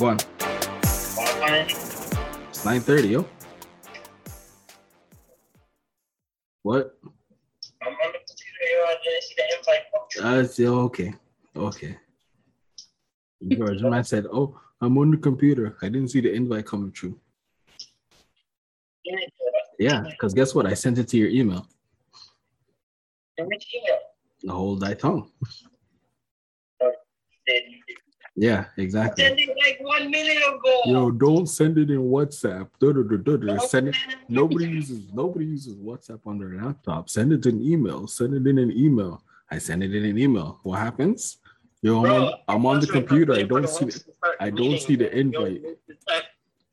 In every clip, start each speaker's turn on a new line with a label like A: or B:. A: one. It's nine thirty, yo. What?
B: I'm on the computer, yo. I didn't see the invite.
A: I said, Ah, okay, okay. George, I said, oh, I'm on the computer. I didn't see the invite coming through.
B: Yeah, yo,
A: Yeah, because guess what? I sent it to your email.
B: that's which email?
A: The whole thy tongue.
B: Did you do?
A: Yeah, exactly.
B: Send it like one minute ago.
A: Yo, don't send it in WhatsApp. Duh, duh, duh, duh, duh. Send it. Nobody uses nobody uses WhatsApp on their laptop. Send it in email. Send it in an email. I send it in an email. What happens? Yo, I'm on, I'm on the computer. I don't see the, I don't see the invite.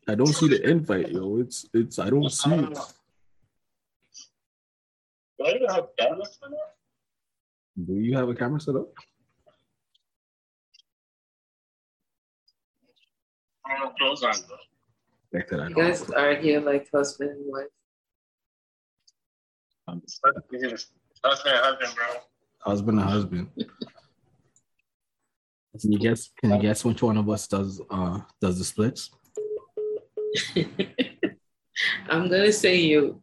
A: I don't see the invite, yo. It's it's I don't see it.
B: Do I even have cameras for that?
A: Do you have a camera set up?
B: I don't know, clothes on though.
A: Check that out.
C: You guys are here like husband and wife.
B: Husband, husband, bro.
A: Husband and husband. Can you guess? Can you guess which one of us does uh does the splits?
C: I'm gonna say you.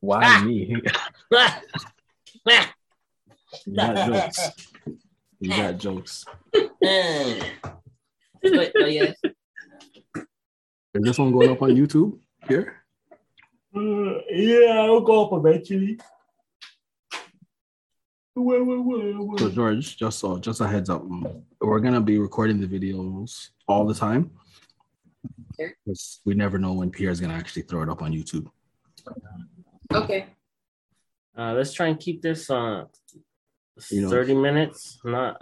A: Why me? You got jokes. You got jokes.
D: But, oh, yeah.
A: Is this one going up on YouTube here?
D: Uh, yeah, I'll go up eventually. Wait, wait, wait,
A: So George, just so just a heads up, we're gonna be recording the videos all the time.
C: Okay.
A: 'Cause We never know when Pierre's gonna actually throw it up on YouTube.
C: Okay.
E: Uh, let's try and keep this uh,
A: You know-
E: 30 minutes, not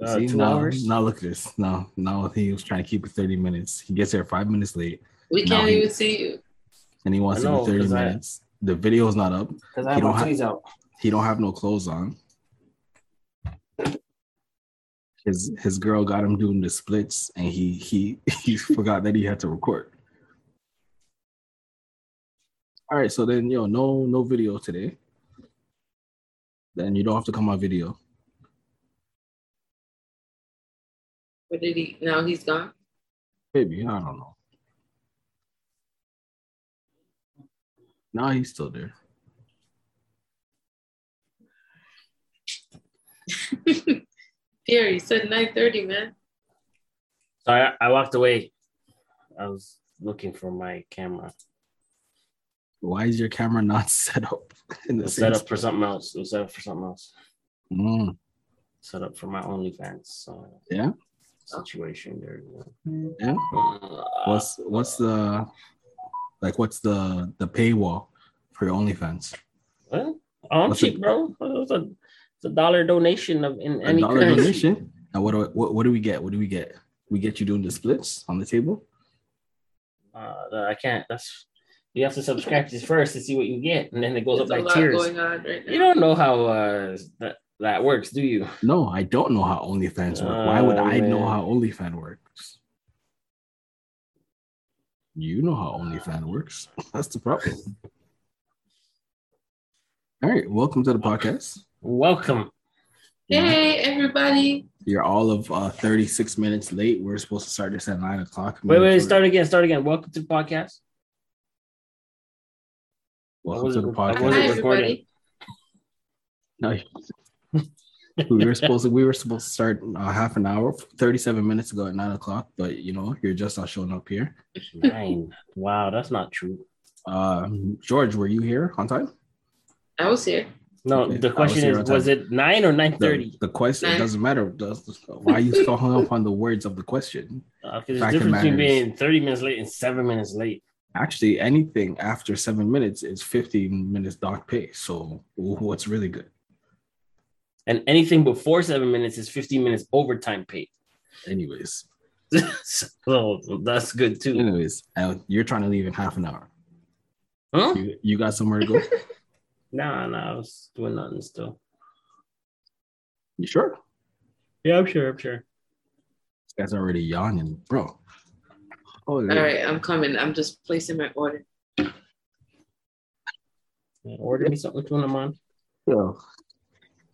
E: uh,
A: See,
E: two
A: now,
E: hours.
A: Now look at this. Now, now he was trying to keep it 30 minutes. He gets there five minutes late,
C: We can't
A: No.
C: even see you.
A: and he wants
E: I
A: to
E: know,
A: be 30
E: 'cause I-
A: minutes. The video's not up.
D: Because I
A: You
D: have
A: don't
D: my
A: have-
D: titties out.
A: He don't have no clothes on. His his girl got him doing the splits, and he he he forgot that he had to record. All right, so then yo, no no video today. Then you don't have to come on video.
C: Where did he? Now he's gone.
A: Maybe I don't know. No, he's still there.
C: Pierre, you said 9:30, man.
E: So I, I walked away. I was looking for my camera.
A: Why is your camera not set up in
E: It
A: the
E: was
A: same
E: set up for something else. It was set up for something else.
A: Mm,
E: Set up for my OnlyFans. So
A: Yeah?
E: Situation there. you know. Uh,
A: Yeah? What's what's the like what's the the paywall for your OnlyFans?
E: What? Oh, I'm
A: What's
E: cheap,
A: it-
E: bro. It's a, it's a dollar donation of in
A: A
E: any
A: dollar
E: currency.
A: donation? And what do I- what what do we get? What do we get? We get you doing the splits on the table?
E: Uh, that I can't. That's you have to subscribe to this first to see what you get, and then it goes
C: There's a
E: up
C: lot
E: like tiers.
C: going on right now.
E: You don't know how uh, that that works, do you?
A: No, I don't know how OnlyFans work. Why would
E: Oh,
A: I know
E: man.
A: how OnlyFans works? You know how OnlyFans works. That's the problem. All right, welcome to the podcast.
E: Welcome.
C: Hey, everybody.
A: You're all of uh, 36 minutes late. We're supposed to start this at nine o'clock.
E: Wait, wait, start again, start again. Welcome to the podcast.
A: Welcome to the
C: Hi,
E: I wasn't
A: podcast.
C: everybody.
E: recording.
A: No, we were supposed to we were supposed to start uh, half an hour, thirty seven minutes ago at nine o'clock. But you know, you're just not showing up here.
E: Nine. wow, that's not true.
A: Uh, George, were you here on time?
C: I was here.
E: No,
A: Okay, I
E: the
A: was
E: question
A: here
E: is,
A: on
E: was it nine or nine
A: The,
E: thirty?
A: the question it
C: Nine.
A: doesn't matter. Does, why are you so hung up on the words of the question?
E: Because Uh, there's
A: Fact
E: a
A: of
E: difference between
A: matter is-
E: being thirty minutes late and seven minutes late.
A: Actually, anything after seven minutes is fifteen minutes dock pay. So what's really good?
E: And anything before seven minutes is 15 minutes overtime paid.
A: Anyways,
E: so that's good too.
A: anyways, uh, you're trying to leave in half an hour.
E: Huh?
A: You, you got somewhere to go?
E: Nah, nah, I was doing nothing still.
A: You sure?
E: Yeah, I'm sure, I'm sure.
A: This guy's already yawning, bro. Oh,
C: All right, I'm coming. I'm just placing my order.
E: Yeah, order me something to I'm on.
A: Yo,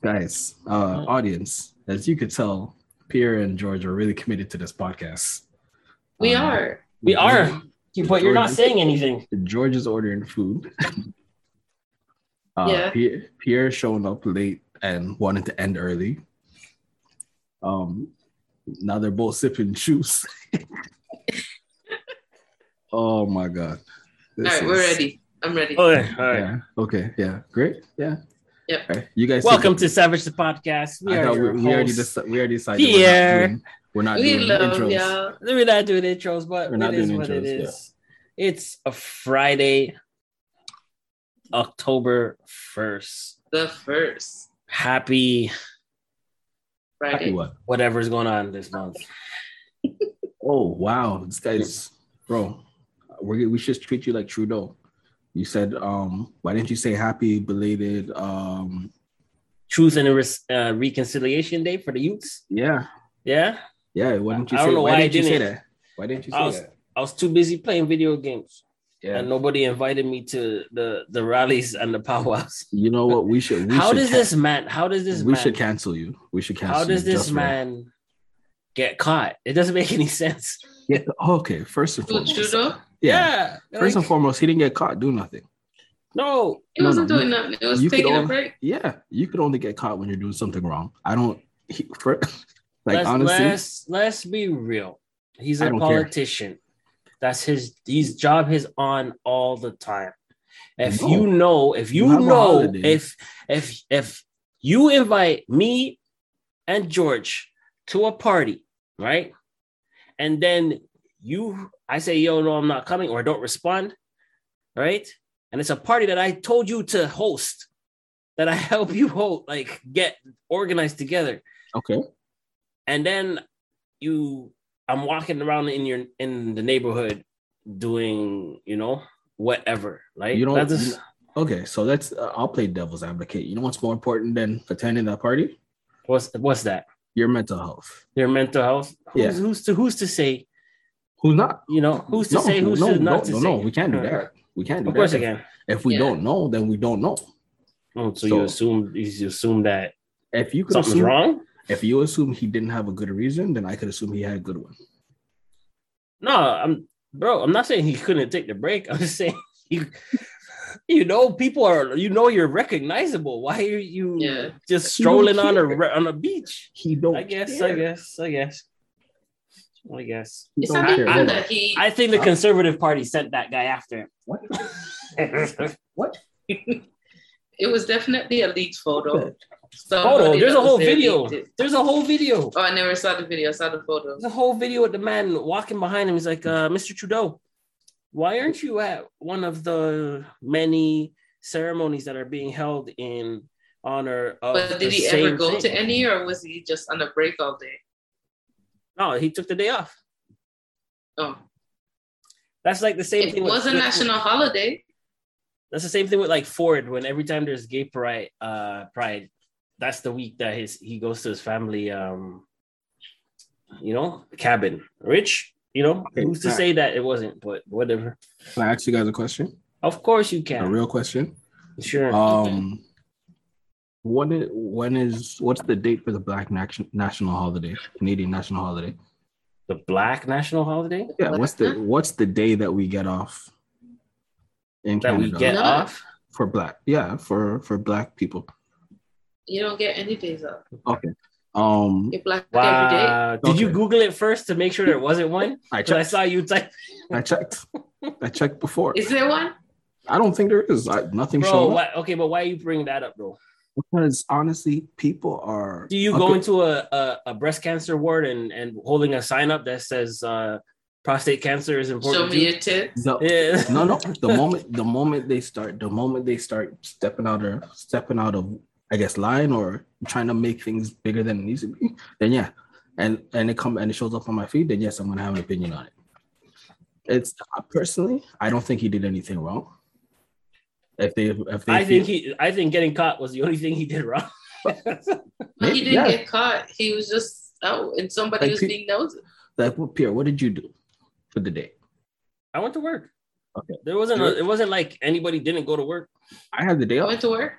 A: guys, uh,
C: Mm.
A: audience, as you could tell, Pierre and George are really committed to this podcast.
C: We
A: Um,
C: are.
E: We are, but you're not saying anything.
A: George is ordering food. Uh,
C: Yeah.
A: Pierre, Pierre showing up late and wanted to end early. Um, now they're both sipping juice. oh my god!
C: All
A: This
C: right, we're
A: is- Oh,
C: ready. I'm ready.
E: Okay, all right.
A: Yeah. Okay. Yeah. Great. Yeah.
C: Yep.
A: All right, You guys. take
E: Welcome
A: it.
E: to Savage the Podcast. We
A: I
E: are
A: thought we,
E: your
A: we already
E: hosts.
A: deci- we already decided
E: Pierre.
A: we're not
C: we
A: doing, we're not
C: love
A: doing intros.
C: y'all.
E: We're not doing intros, but
A: We're not
E: it is
A: doing
E: what it
A: intros,
E: is. It's a Friday, October 1st.
C: The first
E: Happy
A: Happy
C: Friday.
A: what?
E: whatever's going on this month.
A: Oh wow, this guy's bro. We we should treat you like Trudeau. You said um, why didn't you say happy belated um
E: Truth and Res- uh, Reconciliation Day for the youths.
A: yeah yeah yeah why didn't you
E: I
A: say
E: don't know
A: why,
E: why I
A: didn't you say
E: didn't.
A: that why didn't you
E: I
A: say
E: was-
A: that
E: I was too busy playing video games,
A: yeah
E: and nobody invited me to the the rallies and the powwows.
A: you know what we should we
E: how
A: should
E: does
A: can-
E: this man? How does this
A: we
E: man?
A: should cancel you we should cancel
E: how does
A: you
E: this
A: just for that.
E: man get caught? It doesn't make any sense.
A: yeah okay first and
C: Who,
A: foremost
C: Trudeau?
A: yeah, first
E: like,
A: and foremost he didn't get caught do nothing
E: no,
C: It
A: No,
C: wasn't
A: no,
C: doing nothing. It was
A: you could
C: taking a
A: only-
C: break.
A: yeah, you could only get caught when you're doing something wrong. I don't, he, for, like
E: let's,
A: honestly,
E: let's let's be real. He's
A: I
E: a
A: don't care.
E: politician. That's his. His job is on all the time. If
A: No.
E: you know, if you,
A: You have a
E: know,
A: holiday.
E: if if if you invite me and George to a party, right, and then you, I say, yo, no, I'm not coming, or don't respond, right, and it's a party that I told you to host, that I help you hold, like get organized together
A: okay,
E: and then you i'm walking around in your in the neighborhood doing you know whatever like
A: You
E: you
A: don't-
E: don't just,
A: okay. So let's. Uh, I'll play devil's advocate. You know what's more important than attending that party?
E: what's what's that
A: Your mental health.
E: your mental health who's,
A: Yeah.
E: who's to who's to say
A: Who's not?
E: you know who's to
A: no,
E: say who's
A: no,
E: to not
A: no,
E: to
A: no,
E: say Uh,
A: no, we can't do that. We can't do
E: of course
A: that.
E: again
A: If we
C: Yeah.
A: don't know, then we don't know.
E: oh, so,
A: So-
E: you assume you assume that
A: If you could
E: something's
A: assume,
E: wrong
A: if you assume he didn't have a good reason, then I could assume he had a good one.
E: no i'm bro i'm not saying he couldn't take the break i'm just saying you you know people are you know you're recognizable why are you
A: Mm.
C: Yeah.
E: just
A: You don't
E: strolling on a
A: care.
E: re- on a beach
A: He don't.
E: I guess, I
A: care.
E: guess, I guess, I guess.
A: He
C: It's
A: don't
C: not
A: care.
C: even
E: I-
C: that he.
E: I think the Conservative Party sent that guy after
A: What?
E: him.
C: it was definitely a leaked photo.
E: photo.
C: Somebody
E: There's
C: that
E: a
C: was
E: whole
C: there
E: video.
C: leaked it.
E: There's a whole video.
C: Oh, I never saw the video. I saw the photo.
E: There's a whole video with the man walking behind him. He's like, uh, "Mr. Trudeau, why aren't you at one of the many ceremonies that are being held in honor of?"
C: But
E: the
C: did he ever
E: same
C: go
E: thing?"
C: to any, or was he just on a break all day?
E: No, he took the day off.
C: Oh,
E: That's like the same
C: it
E: thing.
C: was a
E: with, with-
C: national holiday.
E: That's the same thing with like Ford. When every time there's gay pride, uh, pride, that's the week that his he goes to his family, um, you know, cabin. Rich, you know,
A: Okay,
E: who's to
A: fair.
E: say that it wasn't? But whatever.
A: Can I ask you guys a question?
E: Of course you
A: A
E: can.
A: real question.
E: sure.
A: Um, what is when is what's the date for the Black Nation, National Holiday, Canadian National Holiday?
E: the Black National Holiday
A: Yeah, what's the what's the day that we get off in
E: that we
A: Canada
E: get
C: No.
E: off.
A: for Black? Yeah, for for Black people.
C: You don't get any days off.
A: Um,
C: You're black every day.
E: Wow. Did you
A: Okay.
E: Google it first to make sure there wasn't one?
A: I
E: Because I
A: checked.
E: saw you type.
A: I checked. I checked before.
C: Is there one?
A: I don't think there is. I, nothing
E: Bro,
A: showed up
E: why, okay, but why you bring that up though?
A: because honestly, people are.
E: Do you
A: Okay,
E: go into a, a, a breast cancer ward and, and holding a sign up that says uh, prostate cancer is
C: Show
E: important? to
C: me
E: you?
C: your tits.
A: the-
E: Yeah.
A: no no the moment the moment they start the moment they start stepping out of stepping out of i guess line or trying to make things bigger than it needs to be then yeah and and it come and it shows up on my feed then yes i'm gonna have an opinion on it it's personally i don't think he did anything wrong if they if they
E: I
A: feel-
E: think he. I think getting caught was the only thing he did wrong.
C: But
A: Maybe,
C: he didn't
A: yeah.
C: get caught. He was just out, and somebody
A: Like
C: was
A: pe-
C: being nosy.
A: like well, pierre what did you do for the day
E: I went to work.
A: Okay.
E: There wasn't.
A: Sure.
E: A, it wasn't like anybody didn't go to work.
A: i had the day
C: I
A: off
C: went to work.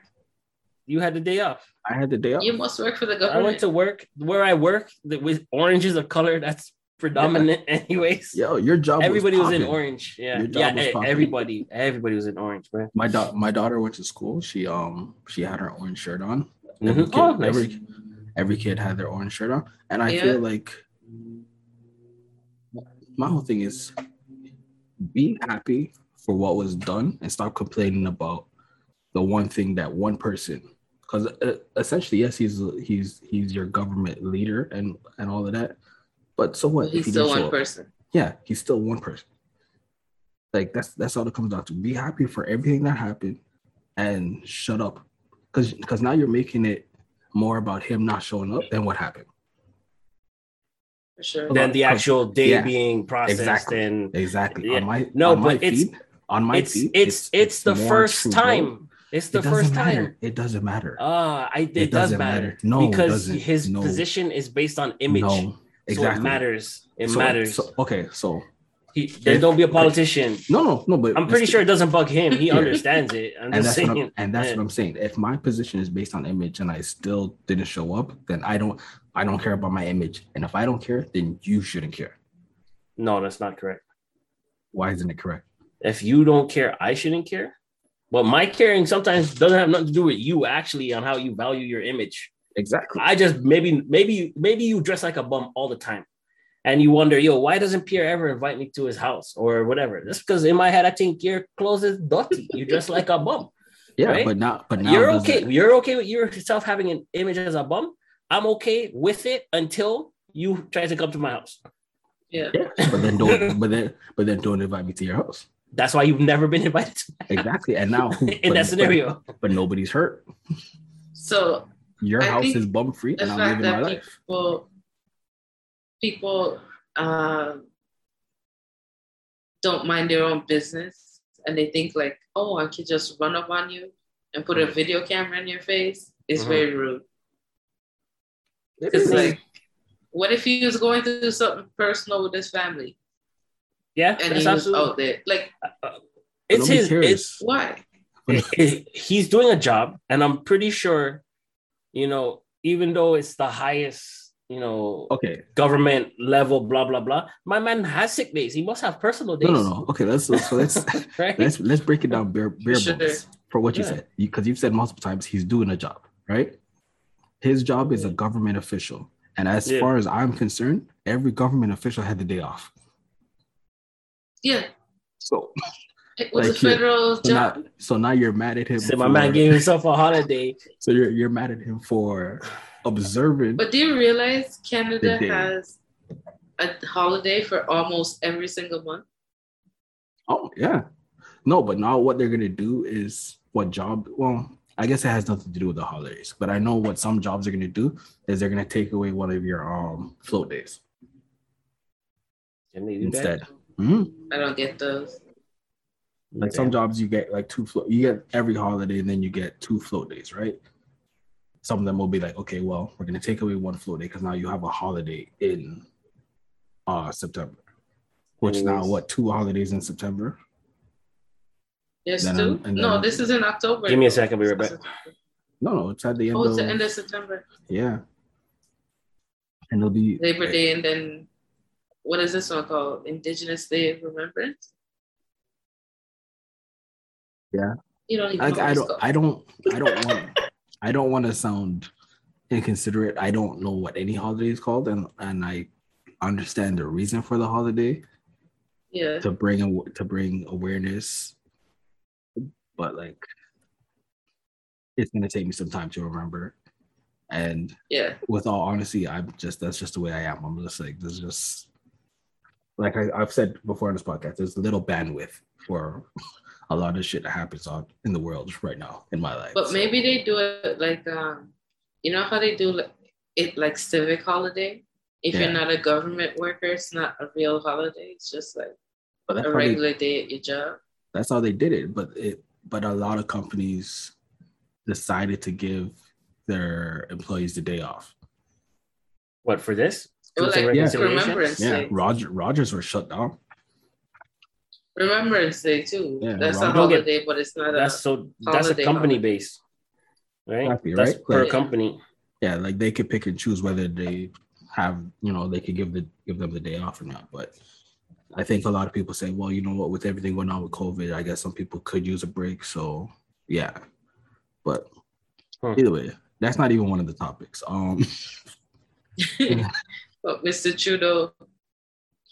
E: You had the day off.
A: i had the day off
C: You must work for the
E: I
C: government.
E: went to work where I work. The, with oranges of color. That's predominant, anyways.
A: Yo, your job.
E: everybody was, in
A: popping.
E: orange. Yeah,
A: Your job
E: yeah.
A: was
E: e-
A: popping.
E: everybody, everybody was in orange, man.
A: My daughter, my daughter went to school. She um, she had her orange shirt on. Every,
E: Mhm.
A: kid,
E: Oh, nice.
A: every every kid had their orange shirt on, and I
C: Yeah.
A: feel like my whole thing is be happy for what was done and stop complaining about the one thing that one person. Because uh, essentially, yes, he's he's he's your government leader and and all of that, but so what?
C: He's
A: he
C: still
A: didn't show
C: one
A: up?
C: person.
A: yeah, he's still one person. Like that's that's all it comes down to. Be happy for everything that happened, and shut up, because because now you're making it more about him not showing up than what happened.
C: For sure.
E: Then the actual day
A: oh, Yeah.
E: being processed
A: Exactly.
E: and
A: Exactly.
E: Yeah.
A: On my
E: No,
A: on my
E: but it's-
A: feed, on my
E: it's,
A: feed,
E: it's it's the
A: more
E: first
A: true, bro.
E: time. It's the
A: it doesn't
E: first
A: matter.
E: time.
A: It doesn't matter.
E: Ah, I it,
A: It
E: does
A: doesn't
E: matter.
A: matter. No, it
E: because
A: doesn't.
E: his
A: No.
E: position is based on image.
A: No,
E: So it
A: exactly.
E: matters. It
A: So-
E: matters.
A: so- okay, so
E: he, then don't be a politician.
A: no, no, no. But
E: I'm pretty
A: it's-
E: sure it doesn't bug him. He
A: Yeah.
E: understands it. I'm
A: and
E: just
A: that's what
E: saying.
A: I'm, and that's
E: Yeah.
A: what I'm saying. If my position is based on image and I still didn't show up, then I don't I don't care about my image. And if I don't care, then you shouldn't care.
E: No, that's not correct.
A: Why isn't it correct?
E: If you don't care, I shouldn't care. But my caring sometimes doesn't have nothing to do with you actually on how you value your image.
A: Exactly.
E: I just maybe maybe maybe you dress like a bum all the time, and you wonder, yo, why doesn't Pierre ever invite me to his house or whatever? That's because in my head I think your clothes is dirty. You dress like a bum.
A: Yeah,
E: Right?
A: but not but now
E: you're
A: does
E: okay.
A: it-
E: You're okay with yourself having an image as a bum. I'm okay with it until you try to come to my house.
C: Yeah.
A: yeah, but then don't but then but then don't invite me to your house.
E: That's why you've never been invited to
A: Exactly. And now who-
E: in
A: but-
E: that scenario.
A: But, but nobody's hurt.
C: So
A: Your
C: I
A: house
C: think
A: is bum free
C: the
A: and I'm
C: fact
A: living my
C: that
A: life.
C: people people um, don't mind their own business and they think like, oh, I could just run up on you and put a video camera in your face is
E: Mhm.
A: Mm-hmm.
C: very rude.
A: It
C: Because
A: is.
C: like, what if he was going through something personal with his family
E: Yeah,
C: and oh,
E: that's
C: he was
E: absolutely.
C: out there? Like,
E: It's
A: Nobody
E: his.
A: cares.
E: It's
C: why?
E: he's doing a job, and I'm pretty sure, you know, even though it's the highest, you know,
A: okay.
E: government level, blah blah blah. My man has sick days. He must have personal days.
A: No, no, no. Okay, let's let's let's
E: Right?
A: let's, let's break it down bare, bare
C: Sure.
A: bones for what you
E: Yeah.
A: said because you've said multiple times he's doing a job right his job is a government official and as
E: Yeah.
A: far as i'm concerned every government official had the day off
C: Yeah,
A: so
C: it was
A: Like
C: a
A: here.
C: federal
A: so
C: job.
A: now, so now you're mad at him
E: So my
A: for-
E: man gave himself a holiday.
A: so you're, you're mad at him for observing
C: But do you realize Canada
A: They did.
C: has a holiday for almost every single month?
A: oh yeah no but now what they're gonna do is what job well i guess it has nothing to do with the holidays but i know what some jobs are gonna do is they're gonna take away one of your um float days
E: Can they do that?
A: instead Mhm.
C: I don't get those.
A: Like some jobs, you get like two float. You get every holiday, and then you get two float days, right? Some of them will be like, okay, well, we're gonna take away one float day because now you have a holiday in uh September, which now
E: Anyways.
A: what two holidays in September?
C: There's
A: Then
C: two.
A: I'm- and
C: no,
A: then-
C: this is in October.
E: Give me a second, I'll be right back.
A: No, no, it's at the end
C: Oh,
A: of
C: it's the end of September,
A: yeah, and it'll be
C: Labor Day, and then what is this one called? Indigenous Day of Remembrance.
A: Yeah.
C: You don't even.
A: Like
C: know
A: I
C: what it's
A: don't,
C: called.
A: I don't, I don't want, I don't want to sound inconsiderate. I don't know what any holiday is called, and and I understand the reason for the holiday.
C: yeah.
A: to bring aw- to bring awareness but like it's going to take me some time to remember and
C: Yeah.
A: with all honesty i'm just that's just the way i am i'm just like there's just like I, i've said before on this podcast there's little bandwidth for a lot of shit that happens on in the world right now in my life
C: But
A: So,
C: maybe they do it like um, you know how they do like, it like civic holiday. If
A: Yeah.
C: you're not a government worker, it's not a real holiday. It's just like
A: but that's
C: a
A: how they-
C: regular day at your job.
A: that's how they did it but it but a lot of companies decided to give their employees the day off
E: What for this?
C: Or
E: It's a
C: like
A: Yeah.
C: Remembrance
A: yeah
C: Day.
A: roger rogers were shut down
C: Remembrance Day too.
A: Yeah,
C: that's a
A: Rob-
E: Don't get-
C: holiday, but it's not
E: That's
C: a
E: so. That's a
C: uh, holiday
E: company
C: holiday.
E: base, right?
A: Exactly,
E: That's
A: right?
E: per
A: Like-
E: company.
A: Yeah, like they could pick and choose whether they have you know they could give the give them the day off or not. But I think a lot of people say, well, you know what, with everything going on with COVID, I guess some people could use a break. So yeah, but
E: Hmm.
A: either way, that's not even one of the topics. Um,
C: but Mr. Trudeau,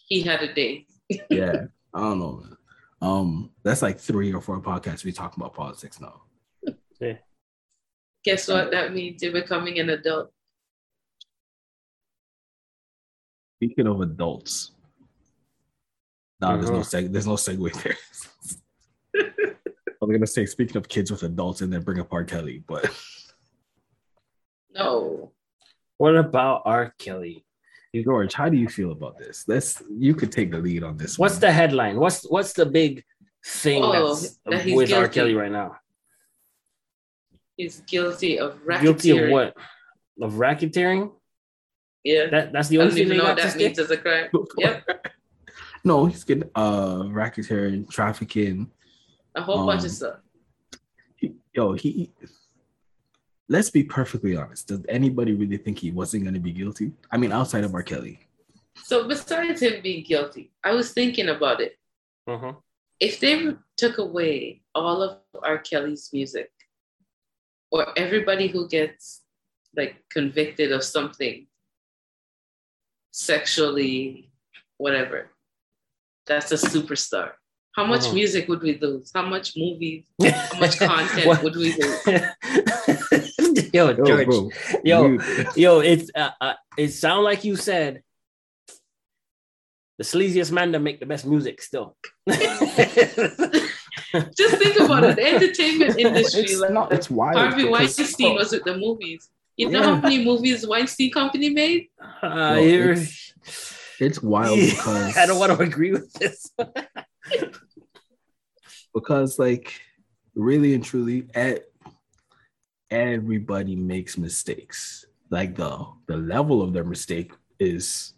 C: he had a day.
A: yeah, I don't know, man. Um, that's like three or four podcasts we talking about politics now.
C: Guess what that means? You're becoming an adult.
A: Speaking of adults, no, there's no
E: Mhm.
A: seg- there's no segue there. I was gonna say, speaking of kids with adults, and then bring up R. Kelly, but
C: No.
E: What about R. Kelly?
A: George, how do you feel about this? Let's you could take the lead on this.
E: What's
A: one.
E: the headline? What's what's the big thing
C: Oh,
E: that's
C: that he's
E: with R.
C: guilty.
E: Kelly right now?
C: He's guilty of racketeering.
E: Guilty of what? Of racketeering?
C: Yeah.
E: That that's
C: I
E: the only
C: don't
E: thing
C: even
E: they
C: know what
E: got to
C: that
E: stick?
C: means as a crime. Yep.
A: No, he's getting uh racketeering, trafficking.
C: A whole bunch
A: Um,
C: of stuff.
A: Yo, he. Let's be perfectly honest. Does anybody really think he wasn't gonna be guilty? I mean, outside of R. Kelly.
C: So besides him being guilty, I was thinking about it.
A: Uh-huh.
E: Mhm.
C: if they took away all of R. Kelly's music, or everybody who gets like convicted of something sexually, whatever, that's a superstar. How much
A: Oh.
E: Mhm.
C: music would we lose? How much movies? How much content
E: What-
C: would we lose?
E: yo, George.
A: Oh, bro,
E: yo,
A: you-
E: yo, it's uh, uh, it sound like you said the sleaziest man to make the best music still.
C: Just think about it. The entertainment industry,
A: it's
C: like
A: not. It's wild.
C: Harvey
A: because-
C: Weinstein was with the movies. You know
A: Yeah.
C: how many movies Weinstein Company made?
E: Uh,
A: Yo,
E: you're-
A: it's- It's wild
E: Yeah,
A: because
E: I don't want to agree with this.
A: because like really and truly e- everybody makes mistakes like the the level of their mistake is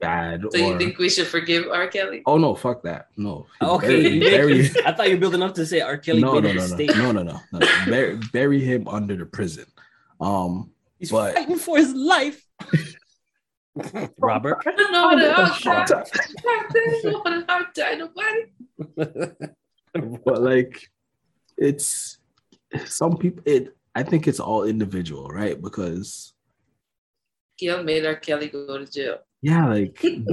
A: bad
C: So
A: or
C: you think we should forgive R. Kelly?
A: oh no fuck that no
E: Okay, you
A: bury,
E: think- I thought you were building up to say R. Kelly
A: no, no,
E: made
A: no,
E: a
A: no,
E: mistake.
A: no, no, no, no. bury, bury him under the prison um
E: He's
A: But-
E: fighting for his life. Robert,
C: I don't know what a hog
E: Shut
C: tie. I don't know what a hog tie. Nobody.
A: but like it's some people it i think it's all individual right because
C: Gail made our Kelly go to jail.
A: yeah like you-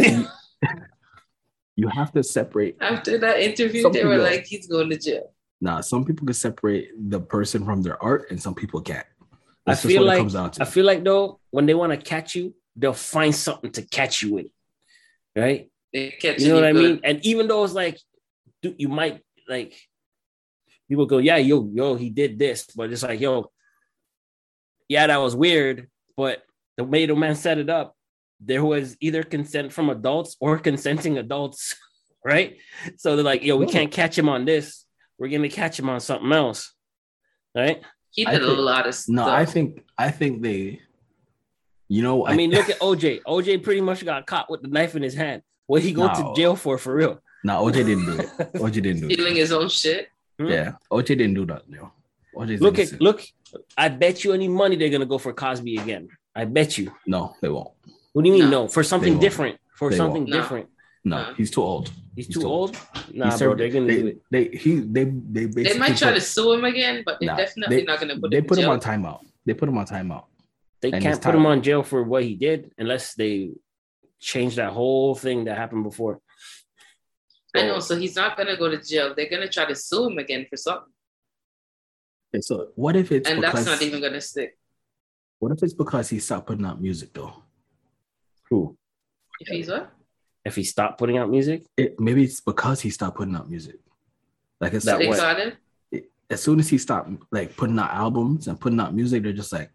A: you have to separate
C: After that interview,
A: Some
C: they were
A: people-
C: like, he's going to jail.
A: Nah, some people can separate the person from their art, and some people can't.
E: I
A: That's just
E: feel
A: what
E: like-
A: it comes down to.
E: I feel like though when they want to catch you, they'll find something to catch you with, right?
C: They catch
E: You know what I
C: him
E: mean? And even though it's like, dude, you might like people go, yeah, yo, yo, he did this, but it's like, yo, yeah, that was weird, but the way the man set it up, there was either consent from adults or consenting adults, right? So they're like, yo, we
A: Yeah.
E: can't catch him on this. We're gonna catch him on something else, right?
C: He
A: I
C: did a
A: think-
C: lot of stuff.
A: no, I think I think they, you know,
E: I mean, look at OJ. OJ pretty much got caught with the knife in his hand. What he go
A: No.
E: to jail for, for real?
A: nah, OJ didn't do it. OJ didn't do it.
C: stealing his own shit.
E: Hmm?
A: Yeah, OJ didn't do that. No, OJ's
E: Look at
A: innocent.
E: look. I bet you any money they're gonna go for Cosby again. I bet you.
A: No, they won't.
E: What do you mean?
C: No.
E: No, for something
A: won't.
E: different. For
A: They
E: something
C: won't. No.
E: different.
A: No,
C: Nah.
A: he's too old.
E: He's
A: He's
E: too
A: too
E: old.
A: he
E: Nah, bro.
A: served-
E: They're gonna
A: they,
E: do it.
A: They he they they basically
C: They might try to
A: put,
C: sue him again, but they're
A: Nah,
C: definitely
A: they-
C: not going to put
A: they
C: him in
A: put him
C: jail.
A: on timeout. They put him on timeout.
E: They
A: and
E: can't
A: his
E: put him
A: time.
E: on jail for what he did unless they change that whole thing that happened before.
C: I know, so he's not going to go to jail. They're going to try to sue him again for something.
A: Okay, so what if it's
C: And
A: because
C: that's not even going to stick.
A: what if it's because he stopped putting out music though?
E: Who?
C: If he's what?
E: If he stopped putting out music,
A: It, maybe it's because he stopped putting out music. Like it's
E: That
C: they
E: what?
C: got him.
A: as soon as he stopped like putting out albums and putting out music, they're just like,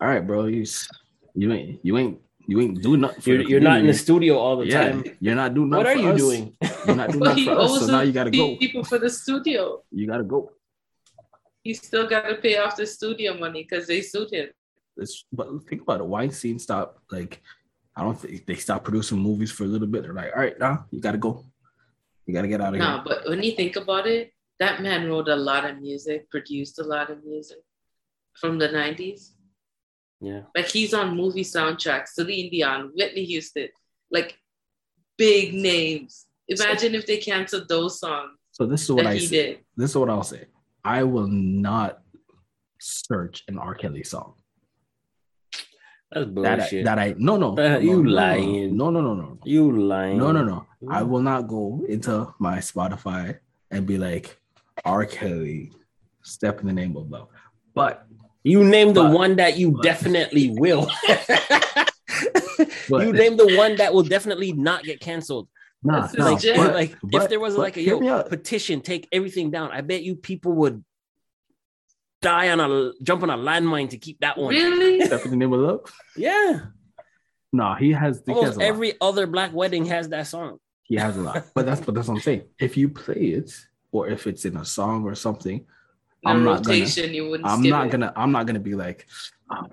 A: "All right, bro, you s- you ain't you ain't you ain't doing nothing. For
E: you're,
A: the
E: you're not in the
A: community.
E: studio all the
A: yeah,
E: time.
A: You're not doing
E: What
A: nothing.
E: are
A: for
E: you
A: us.
E: doing?
A: You're not doing
C: But
A: nothing
C: he
A: for us.
C: owes
A: So now you gotta go.
C: people for the studio.
A: You gotta go.
C: He still got to pay off the studio money because they sued him.
A: It's, but think about it. Weinstein stopped like I don't think they stopped producing movies for a little bit. They're like, "All right, now you gotta go. You gotta get out of
C: No,
A: here."
C: but when you think about it, that man wrote a lot of music, produced a lot of music from the 90s.
E: Yeah.
C: Like he's on movie soundtracks, Celine Dion, Whitney Houston, like big names. Imagine if they canceled those songs
A: So this is what
C: that
A: I
C: he
A: say.
C: did.
A: This is what I'll say. I will not search an R. Kelly song.
E: That's
A: That I,
E: bullshit.
A: that I no no, no
E: Uh, you
A: no, no,
E: lying.
A: no no no no
E: you lying.
A: no no no. I will not go into my Spotify and be like R. Kelly, step in the name of love. But
E: You name the
A: But-
E: one that you
A: but-
E: definitely will.
A: But-
E: you name the one that will definitely not get canceled.
A: nah,
C: This is
A: nah,
E: like,
C: legit.
A: but-
E: like
A: but-
E: if there was
A: but
E: like a
A: hear
E: yo
A: me out.
E: petition, take everything down. I bet you people would die on a jump on a landmine to keep
A: Oh,
E: that one.
C: Really?
A: step in the name of love.
E: Yeah,
A: No, he has he has
E: almost
A: a lot.
E: every other black wedding has that song.
A: He has a lot. But that's but that's what I'm saying. If you play it or if it's in a song or something, I'm
C: The
A: not gonna-
C: rotation, you wouldn't
A: I'm
C: skip
A: not
C: it.
A: gonna I'm not gonna be like um,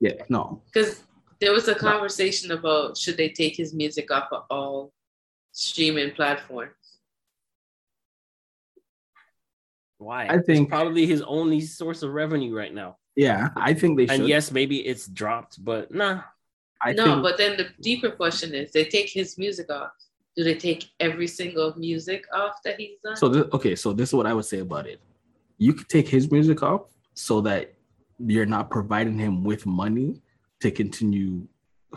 A: Yeah, no.
C: because there was a conversation about should they take his music off of all streaming platforms.
E: Why?
A: I think
E: Probably his only source of revenue right now.
A: yeah, I think they should.
E: And yes, maybe it's dropped, but nah.
A: I
C: no,
A: think
C: but then the deeper question is they take his music off. Do they take every single music off that he's done?
A: so this, okay, so this is what I would say about it. You could take his music off so that you're not providing him with money to continue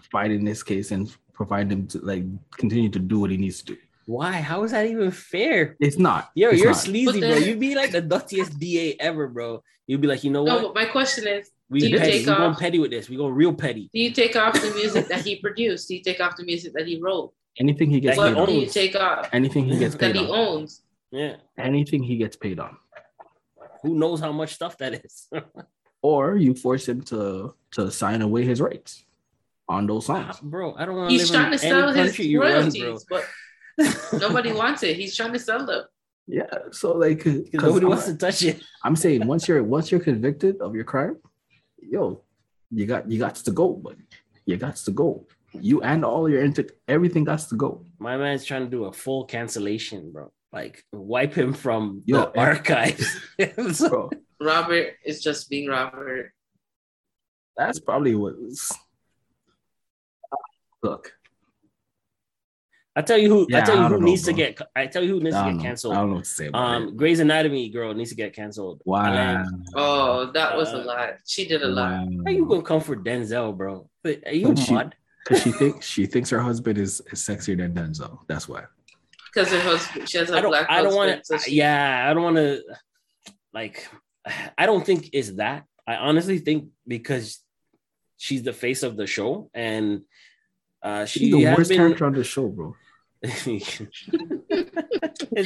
A: fighting this case and provide him to like continue to do what he needs to do.
E: Why? How is that even fair?
A: It's not.
E: Yo,
A: it's
E: you're
A: not.
E: sleazy,
C: But
E: bro.
C: then-
E: You'd be like the dirtiest DA ever, bro. You'd be like, you know
C: no,
E: what?
C: but my question is
E: We
C: do Oh, you
E: petty.
C: take
E: We going
C: off-
E: petty with this. We going real petty.
C: do you take off the music that he produced? Do you take off the music that he wrote?
A: anything he gets
E: Like,
A: paid
C: What
A: on.
C: do you
E: owns.
C: take off
A: Anything he gets
C: that
A: paid
C: he
A: on.
C: owns?
E: Yeah.
A: Anything he gets paid on.
E: Who knows how much stuff that is?
A: Or you force him to to sign away his rights on those songs.
E: bro, I don't want to
C: He's
E: live
C: trying
E: in
C: to
E: any
C: sell his
E: country you run,
C: royalties,
E: bro.
C: but nobody wants it. He's trying to sell them.
A: Yeah. So like, cause
E: Nobody
A: I'm-
E: wants to touch it.
A: I'm saying once you're once you're convicted of your crime, yo, you got you got to go, but you got to go. You and all your inter- everything got to go.
E: My man's trying to do a full cancellation, bro. Like wipe him from
A: Yo, eh.
E: the
A: and-
E: archives.
A: Bro,
C: Robert is just being Robert.
A: that's probably what look.
E: I tell you who. I
A: Yeah,
E: tell you
A: I
E: who
A: don't know,
E: needs to
A: bro.
E: get. I tell you who needs
A: I
E: to
A: don't,
E: get
A: know, I
E: canceled.
A: don't know what to say about it.
E: Um, Grey's Anatomy girl needs to get canceled.
A: Wow.
E: and-
C: Oh, that was a
E: Uh,
C: lot. She did a lot.
E: How you
A: Wow.
E: gonna come for Denzel, bro? Are you
A: But she-
E: mad?
A: 'Cause she thinks she thinks her husband is, is sexier than Denzel. That's why.
C: Because her husband, she has a
E: I don't.
C: black
E: I don't want
C: husband.
E: to.
C: so she-
E: Yeah, I don't want to. Like, I don't think it's that. I honestly think because she's the face of the show, and uh,
A: She's
E: she
A: the
E: has
A: worst
E: been.
A: character on the show, bro.
E: it's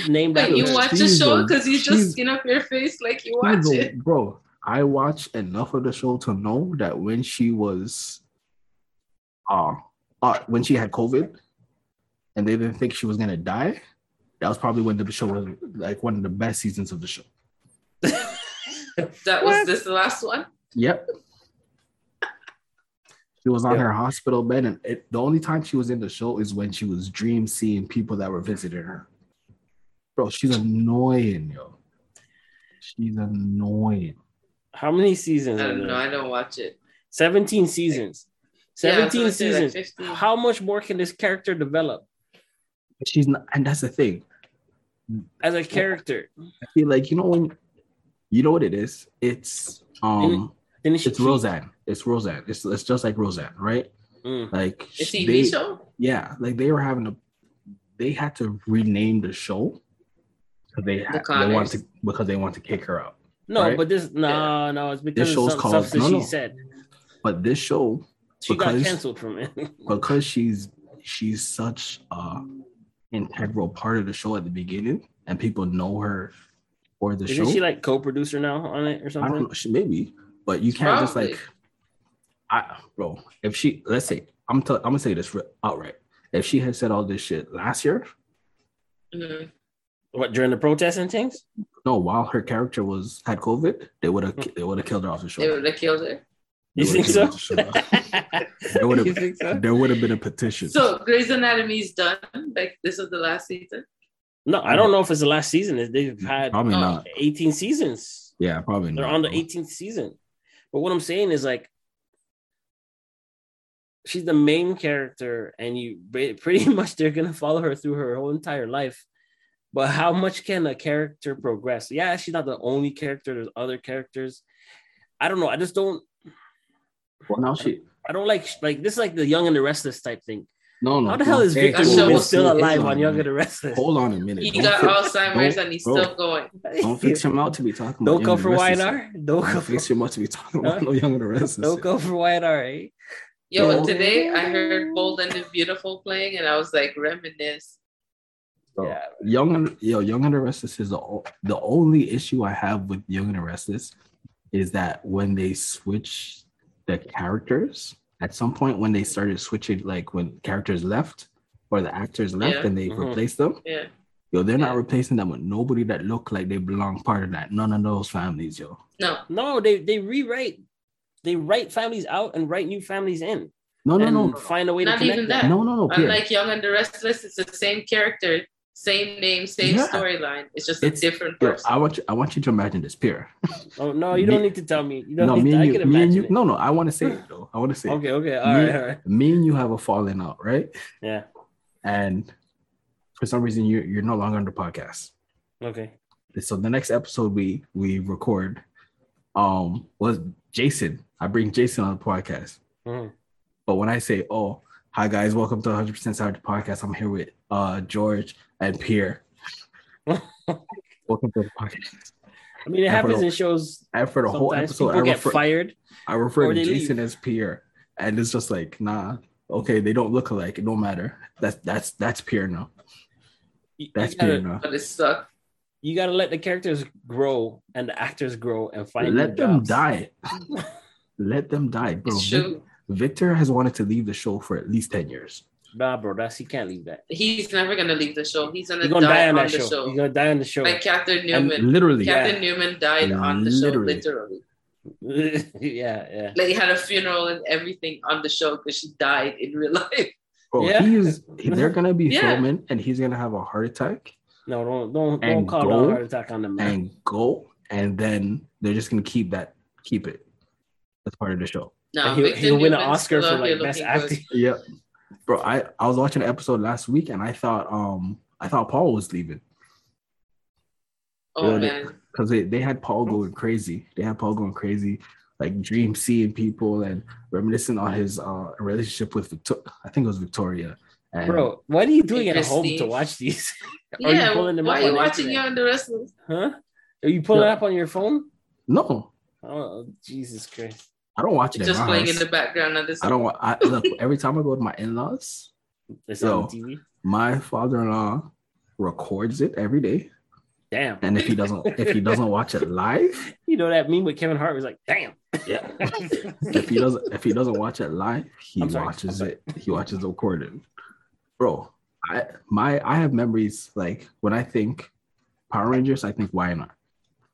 E: named
C: Wait,
E: after.
C: you
E: her.
C: watch the
A: she's
C: show
A: a-
C: because you just
A: she's-
C: skin up your face like you
A: She's
C: watch
A: the-
C: it.
A: Bro, I watch enough of the show to know that when she was uh, uh when she had COVID and they didn't think she was gonna die, that was probably when the show was like one of the best seasons of the show.
C: That
E: What?
C: was this the last one.
A: Yep. She was on
E: Yeah.
A: her hospital bed, and it, the only time she was in the show is when she was dream seeing people that were visiting her. Bro, she's annoying, yo. She's annoying.
E: How many seasons?
C: I
E: are
C: don't
E: there?
C: know. I don't watch it.
E: Seventeen seasons.
C: Yeah, I was
E: Seventeen
C: gonna say, like,
E: seasons.
C: 15.
E: How much more can this character develop
A: She's not, and that's the thing.
E: as a character?
A: I feel like you know when you know what it is. It's um,
E: Didn't she
A: it's Roseanne. It's Roseanne. It's it's just like Roseanne, right?
E: Mm.
A: Like
C: A TV
A: they-
C: show?
A: Yeah, like they were having a, they had to rename the show. 'cause They had, they want to because they want to kick her out.
E: No,
A: right?
E: but this no, no, it's because
A: show's
E: of some
A: called-
E: substance
A: no, no.
E: she said.
A: But this show,
E: She
A: Because-
E: got canceled from it.
A: because she's she's such a integral part of the show at the beginning, and people know her for the
E: Isn't
A: show.
E: she like co-producer now on it or
A: I don't
E: something?
A: know, she, maybe, but you can't just
C: Probably.
A: like, I bro. If she, let's say, I'm tell, I'm gonna say this re- outright. If she had said all this shit last year,
C: Mhm.
E: What during the protests and things?
A: no, while her character was had COVID, they would have they would have killed her off the show.
C: They would have killed her.
E: You
A: They
E: think
A: would've
E: so?
A: killed her off the They would've-
E: you think
A: show.
E: so?
A: there would have been a petition.
C: So Grey's Anatomy is done. Like this is the last season.
E: No, I don't know if it's the last season. They've had
A: probably
C: oh,
A: not.
E: 18 seasons.
A: Yeah, probably
E: They're
A: not.
E: on the e-,
A: bro.
E: 18th season. But what I'm saying is like she's the main character, and you ba- pretty much they're gonna follow her through her whole entire life. But how much can a character progress? Yeah, she's not the only character. There's other characters. I don't know. I just don't.
A: Well, now she.
E: I don't like like this. Is like the Young and the Restless type thing.
A: No, no.
E: How the hell is
A: hey,
E: Victor
C: Usher
E: Wu
C: was
E: still
A: hold
E: alive on
A: a
E: Young and
A: minute.
E: the Restless?
A: Hold on a minute.
C: He
A: Don't
C: got
A: fi-
C: Alzheimer's
A: don't-
C: and he's
E: Oh.
A: bro.
C: still going.
A: Don't fix your mouth to be talking.
E: Don't
A: about
E: go
A: Young
E: for
A: and the Restless.
E: YNR. Don't go
A: Don't
E: for
A: fix your mouth to be talking about
E: Huh?
A: no Young and the Restless.
E: don't go for YNR. Eh?
C: Yo,
A: No.
C: today I heard Bold and the Beautiful playing, and I was like, reminisce.
A: Bro,
E: Yeah.
A: Young and yo, Young and the Restless is the o- the only issue I have with Young and the Restless is that when they switch the characters at some point when they started switching like when characters left or the actors left
C: Yeah.
A: and they
E: Mhm.
A: replaced them,
C: Yeah.
A: yo, they're not
C: Yeah.
A: replacing them with nobody that look like they belong part of that. None of those families, yo.
C: No,
E: No, they they rewrite, they write families out and write new families in,
A: No, no,
E: and
A: no,
E: find a way to
C: Not
E: connect
C: even
E: them.
C: that.
A: no, no, no. Pierre.
C: unlike Young and the Restless, it's the same character, same name, same
A: Yeah.
C: storyline. It's just
A: It's-
C: a different
A: Yo,
C: person.
A: I want you, I want you to imagine this, Pierre.
E: Oh no, you
A: Me-
E: don't need to tell me. You don't
A: No,
E: need
A: me
E: to,
A: and
E: I
A: you,
E: can
A: me and
E: imagine
A: you.
E: it.
A: No, no, I want to say it though. I want to say it.
E: Okay, okay, all
A: Me-
E: right, all right.
A: me and you have a falling out, right?
E: Yeah.
A: And for some reason, you're you're no longer on the podcast.
E: Okay.
A: So the next episode we we record, um, was Jason. I bring Jason on the podcast.
E: Mhm.
A: But when I say, "Oh, hi guys, welcome to 100% Savage Podcast," I'm here with uh George and Pierre. welcome to the podcast.
E: I mean, it
A: I
E: happens
A: forgot.
E: in shows.
A: And for the whole
E: Sometimes
A: episode,
E: people
A: I
E: get
A: refer,
E: fired.
A: I refer
E: or
A: to
E: they leave.
A: Jason as Pierre, and it's just like, nah, okay, they don't look alike. It don't matter. That's that's that's Pierre now.
E: You- You,
A: That's Pierre
E: gotta,
A: now.
C: But it sucked.
E: you gotta let the characters grow and the actors grow and find.
A: Let
E: new
A: them
E: jobs.
A: die. Let them die, bro.
E: Mm-hmm.
C: It's
A: Vic-
C: true.
A: Victor has wanted to leave the show for at least 10 years.
E: Nah, bro, that's you can't leave that.
C: He's never gonna leave the show. He's gonna,
E: You're gonna die on
C: on
E: that
C: the
E: show.
C: show.
E: You're gonna die on the show.
C: Like Catherine
A: And
C: Newman.
A: literally,
E: Yeah.
C: Catherine Newman died on the show,
A: Literally.
C: literally.
E: yeah, yeah.
C: Like he had a funeral and everything on the show because she died in real life.
A: bro,
E: Yeah.
A: he is, they're going to be
C: Yeah.
A: filming and he's going to have a heart attack
E: No, don't don't don't
A: And
E: call
A: go
E: down a heart attack on the man.
A: and go. And then they're just going to keep that, keep it as part of the show.
C: No,
E: And he'll,
C: Victor
E: he'll win an
C: Newman's
E: Oscar
C: still
E: for
C: out here
E: like best
C: looking good.
E: acting.
A: Yep. Bro, I, I was watching an episode last week and I thought, um, I thought Paul was leaving
C: Oh
A: Yeah, they-
C: man,
A: because they, they had
C: Oh.
A: Paul going crazy. They had Paul going crazy, like dream seeing people and reminiscing on his uh, relationship with Victor- I think it was Victoria. And
E: Bro, what are you doing at home
C: Christine.
E: to watch these? Are you
C: yeah.
E: pulling them
C: Why are
E: up on
C: you
E: the
C: watching
E: internet?
C: Young and the Restless?
E: Huh? Are you pulling
A: Yeah.
E: up on your phone?
A: no,
E: Oh Jesus Christ!
A: I don't watch it.
C: It's
A: in
C: just
A: my
C: playing
A: house.
C: in the background of this.
A: I don't want. I, look, every time I go to my in-laws,
E: It's
A: Yo.
E: on the TV.
A: my father-in-law records it every day,
E: Damn.
A: and if he doesn't, if he doesn't watch it live,
E: You know that meme with Kevin Hart was like, damn.
A: yeah. If he doesn't, if he doesn't watch it live, he
E: I'm sorry,
A: watches
E: I'm
A: it. He watches the recording, bro. I my I have memories like when I think Power Rangers, I think why not?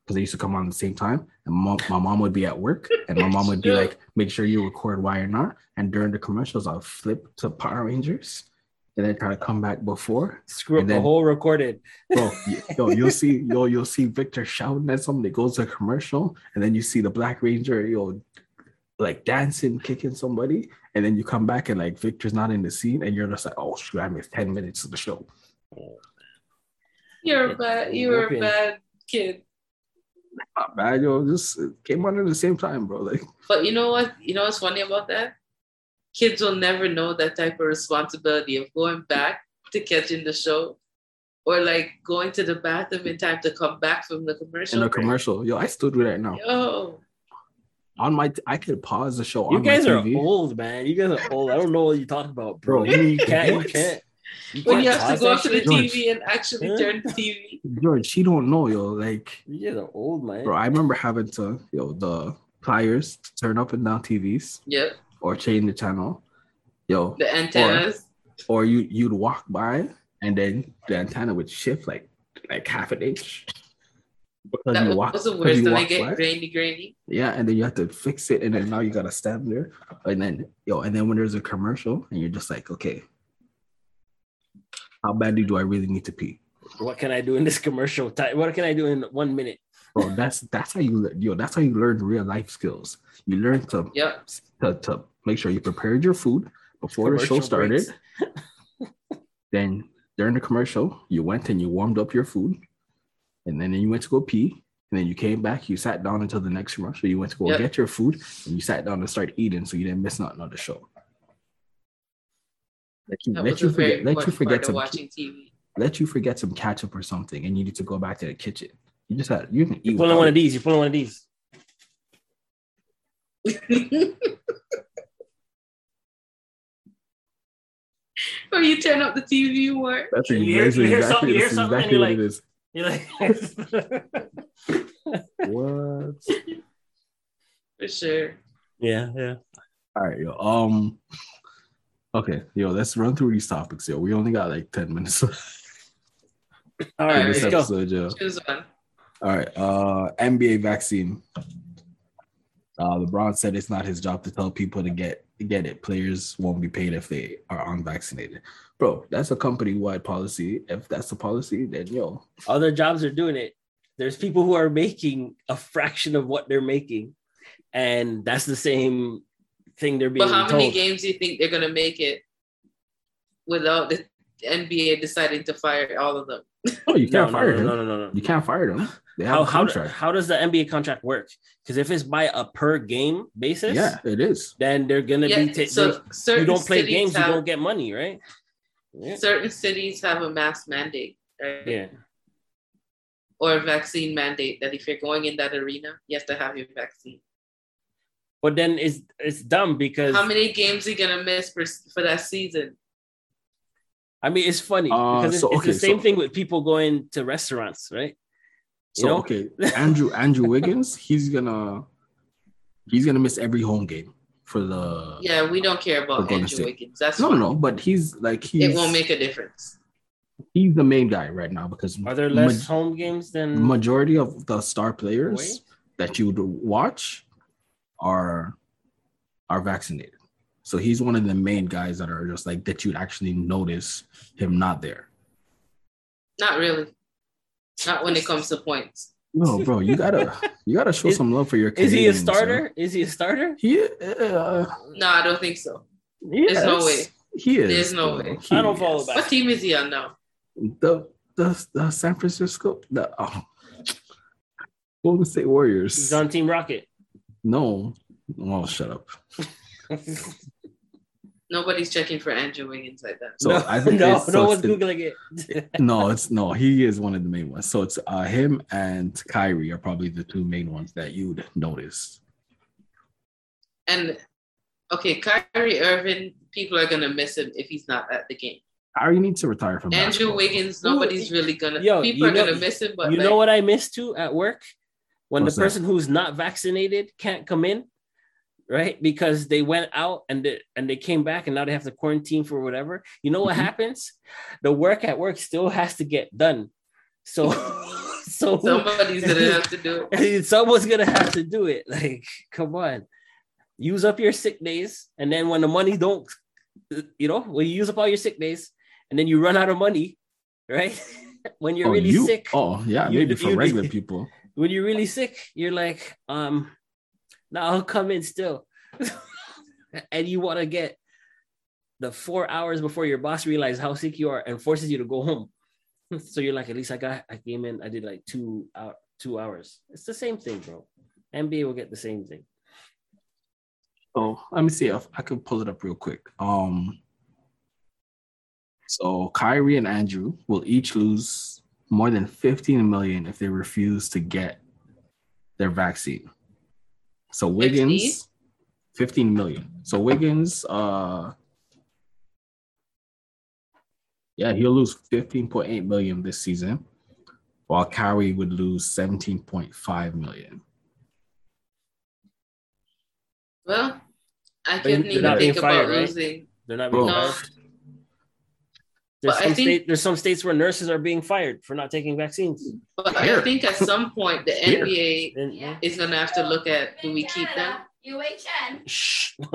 A: Because they used to come on at the same time, and my, my mom would be at work, and my mom would be like, "Make sure you record why not." And during the commercials, I'll flip to Power Rangers, and then try to come back before.
E: Screw up
A: And
E: the
A: then-
E: whole recorded.
A: Bro, y- yo, you'll see, yo, you'll see Victor shouting at somebody goes to a commercial, and then you see the Black Ranger, yo, like dancing, kicking somebody, and then you come back and like Victor's not in the scene, and you're just like, "Oh shoot, I missed ten minutes of the show."
C: You're a bad. You're a
E: Whooping.
C: bad kid.
A: Not bad, yo. Just it came on at the same time, bro. Like,
C: But you know what? You know what's funny about that? Kids will never know that type of responsibility of going back to catching the show or like going to the bathroom in time to come back from the
A: in
C: commercial.
A: a
C: break.
A: commercial. Yo, I still do that now.
C: Yo,
A: On my, I could pause the show.
E: You
A: on my
E: guys are
A: TV.
E: old, man. You guys are old. I don't know what you're talking about,
A: bro.
E: bro. You
A: You
E: can't. You
A: what?
E: can't. You
C: when
E: can't
C: you have to
E: pause
C: go
E: that
C: up to the
E: shit.
A: George.
C: TV and actually
E: Huh?
C: turn the TV.
A: George, she don't know, yo. Like,
E: You guys are old, man.
A: bro, I remember having to, yo, the pliers to turn up and down TVs
C: Yep,
A: or change the channel, yo,
C: the antennas.
A: or you you'd walk by and then the antenna would shift like like half an inch. Because
C: that
A: you
C: was,
A: walk-
C: the
A: because
C: worst.
A: you
C: Then they
A: walk
C: get
A: by.
C: grainy, grainy.
A: Yeah, and then you have to fix it, and then now you gotta stand there, and then yo, and then when there's a commercial, and you're just like, okay, how badly do I really need to pee?
E: What can I do in this commercial? Ti- What can I do in one minute?
A: bro. That's that's how you le- yo. That's how you learn real life skills. You learn to
C: Yep.
A: to, to make sure you prepared your food before the show
E: Commercial
A: started.
E: breaks.
A: Then during the commercial, you went and you warmed up your food, and then, you went to go pee, and then you came back. You sat down until the next commercial. You went to go
C: Yep.
A: get your food, and you sat down to start eating, so you didn't miss nothing on the show. Let you,
C: That
A: let
C: was
A: you
C: a very
A: forget. Let you
C: important
A: forget
C: part of
A: some.
C: watching TV.
A: Let you forget some ketchup or something, and you need to go back to the kitchen. You just had you didn't eat.
E: You're pulling
A: without
E: one of
A: it.
E: these. You're pulling one of these.
C: or Oh, you turn up the TV more.
A: That's
E: You hear- you
A: amazing.
E: hear something-
A: Exactly,
E: you
A: this is
E: hear something,
A: exactly what
E: you're
A: it is.
E: You're like,
A: What?
C: For sure.
E: yeah, yeah.
A: All right, yo. Um. Okay, yo. Let's run through these topics, yo. We only got like ten minutes left
E: All
A: for
E: right,
A: this
E: let's go.
A: episode, yo.
C: Choose one.
A: All right. Uh, NBA vaccine. Uh, LeBron said it's not his job to tell people to get get it. Players won't be paid if they are unvaccinated, bro. That's a company wide policy. If that's the policy, then yo,
E: Other jobs are doing it. There's people who are making a fraction of what they're making, and that's the same thing they're being
C: But how many
E: told.
C: games do you think they're gonna make it without the NBA deciding to fire all of them?
A: oh, you
E: no,
A: can't
E: no,
A: fire
E: no,
A: him.
E: no, no, no, no.
A: You can't fire them. They have
E: How,
A: a
E: how,
A: contract.
E: how does the NBA contract work? Because if it's by a per game basis,
A: yeah, it is.
E: then they're gonna
C: Yeah,
E: be. ta-
C: so
E: you
C: certain
E: don't play
C: cities
E: games,
C: have,
E: you don't get money, right? Yeah.
C: certain cities have a mask mandate, right?
E: yeah.
C: Or a vaccine mandate that if you're going in that arena, you have to have your vaccine.
E: But then it's it's dumb because
C: How many games are you gonna miss for for that season?
E: I mean it's funny
A: Uh,
E: because it's,
A: so,
E: it's
A: okay,
E: the same
A: so-
E: thing with people going to restaurants, right?
A: So
E: know?
A: okay, Andrew Andrew Wiggins, he's gonna he's gonna miss every home game for the
C: Yeah, we don't care
A: We're
C: about
A: gonna
C: Andrew
A: see.
C: Wiggins. That's
A: no
C: fine.
A: no, but he's like he's
C: It won't make a difference.
A: he's the main guy right now because
E: Are there
A: ma-
E: less home games than
A: majority of the star players
E: Wait.
A: that you would watch are are vaccinated. So he's one of the main guys that are just like that you'd actually notice him not there.
C: Not really. Not when it comes to points.
A: No, bro, you gotta you gotta show
E: Is-
A: some love for your.
E: Is he a
A: Canadians, yo.
E: starter? Is he a starter?
A: He, uh,
C: No, I don't think so.
A: Yes.
C: no way.
A: He is.
C: There's no
A: bro.
C: way.
A: He
E: I don't follow
A: is.
E: that.
C: What team is he on now?
A: The, the, the San Francisco, the oh, Golden State Warriors.
E: He's on Team Rocket.
A: no. Well, shut up.
C: Nobody's checking for Andrew Wiggins like that.
A: So
E: no,
A: I think
E: no,
A: it's, so
E: no
A: it's-
E: one's googling it.
A: no, it's no. He is one of the main ones. So it's uh, him and Kyrie are probably the two main ones that you'd notice.
C: And okay, Kyrie Irving, people are gonna miss him if he's not at the game.
A: Kyrie needs to retire from
C: Andrew
A: basketball.
C: Wiggins,
E: Ooh,
C: nobody's really gonna.
E: yo,
C: people are
E: you know-
C: gonna miss him, but
E: you
C: like,
E: know what I miss too at work when
A: What's
E: the
A: that?
E: person who's not vaccinated can't come in, right? Because they went out and they, and they came back and now they have to quarantine for whatever. You know what
A: Mhm.
E: happens? The work at work still has to get done. So so
C: somebody's gonna have to do it.
E: someone's gonna have to do it. Like, come on, use up your sick days, and then when the money don't, you know, when you use up all your sick days, and then you run out of money, right? when you're
A: Oh,
E: really
A: you-
E: sick,
A: Oh yeah,
E: You-
A: maybe for
E: you-
A: regular people.
E: when you're really sick, you're like, um, now I'll come in still, and you want to get the four hours before your boss realizes how sick you are and forces you to go home. So you're like, at least I got, I came in, I did like two out, two hours. It's the same thing, bro. NBA will get the same thing.
A: Oh, let me see if I can pull it up real quick. Um, so Kyrie and Andrew will each lose more than 15 million if they refuse to get their vaccine. So Wiggins, 15 million. So Wiggins, uh, yeah, he'll lose 15.8 million this season, while Kyrie would lose 17.5 million.
C: Well, I
E: They're
C: couldn't even
A: not
E: being
C: think about
E: fired, right?
C: losing.
E: They're not
A: Bro.
E: being
C: No,
E: fired.
C: But
E: There's
C: I
E: some,
C: think-
E: state, there's some states where nurses are being fired for not taking vaccines.
C: but
A: Here.
C: I think at some point the
A: Here.
C: NBA
E: Then-
F: Yeah.
C: is gonna have to look at do we keep them?
F: UHN.
E: Shh.
A: Is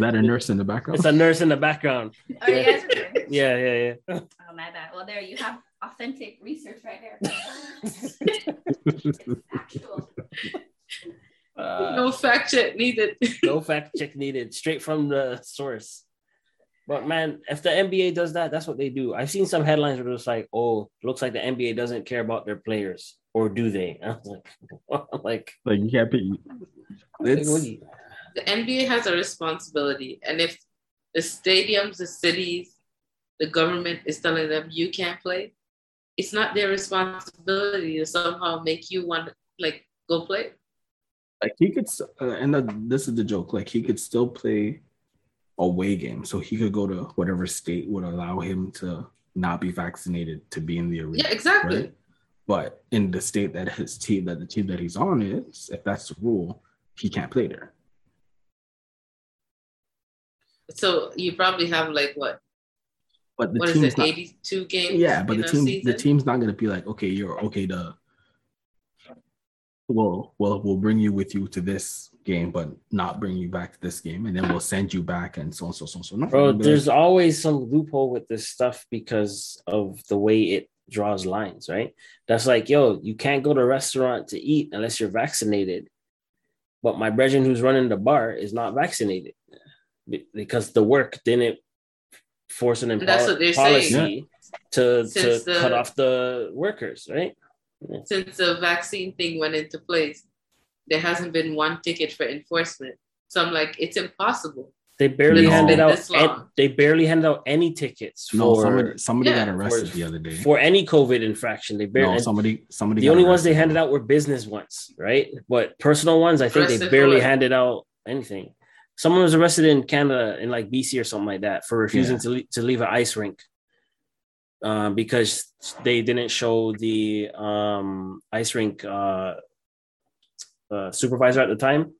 A: that a nurse in the background?
E: it's a nurse in the background.
F: Oh, you guys are doing-
E: Yeah, yeah, yeah.
F: Oh, my bad. Well, there you have authentic research right there.
E: Uh, Uh,
C: no fact check needed.
E: no fact check needed, straight from the source. But man, if the NBA does that, that's what they do. I've seen some headlines where it's like, "Oh, looks like the NBA doesn't care about their players, or do they?" I was like, I'm like,
A: like you can't be.
E: like, what
A: It's,
E: do you-
C: the NBA has a responsibility, and if the stadiums, the cities, the government is telling them you can't play, it's not their responsibility to somehow make you want like go play.
A: like he could, s- uh, and the, this is the joke. Like he could still play away game, so he could go to whatever state would allow him to not be vaccinated to be in the arena.
C: Yeah, exactly.
A: right? But in the state that his team, that the team that he's on is, if that's the rule, he can't play there.
C: So you probably have like what
A: But the
C: what is
A: team's
C: it,
A: not.
C: eighty two games?
A: Yeah, but
C: in
A: the
C: a
A: team, the
C: season?
A: team's not gonna be like, okay, you're okay to. Well, well, we'll bring you with you to this game, but not bring you back to this game, and then we'll send you back, and so on, so on, so on, so. on.
E: bro,
A: But
E: there's always some loophole with this stuff because of the way it draws lines, right? That's like, yo, you can't go to a restaurant to eat unless you're vaccinated. But my brethren who's running the bar is not vaccinated be- because the work didn't force an
C: And that's what
E: empower-
C: they're
E: policy to, to
C: Since the-
E: cut off the workers, right?
C: since the vaccine thing went into place, there hasn't been one ticket for enforcement. So I'm like, it's impossible.
E: They barely
A: No.
E: handed
A: Been
E: out
C: this
E: an-
C: long.
E: they barely handed out any tickets for
A: no somebody somebody
C: Yeah.
A: got arrested the other day.
E: for any COVID infraction. They barely
A: no, somebody somebody.
E: the
A: got
E: only ones they
A: arrested.
E: handed out were business ones, right? But personal ones, I think they
C: Arrested
E: barely
C: for what?
E: handed out anything. Someone was arrested in Canada in like BC or something like that for refusing
A: Yeah.
E: to, le- to leave an ice rink uh, because they didn't show the um, ice rink uh, uh, supervisor at the time,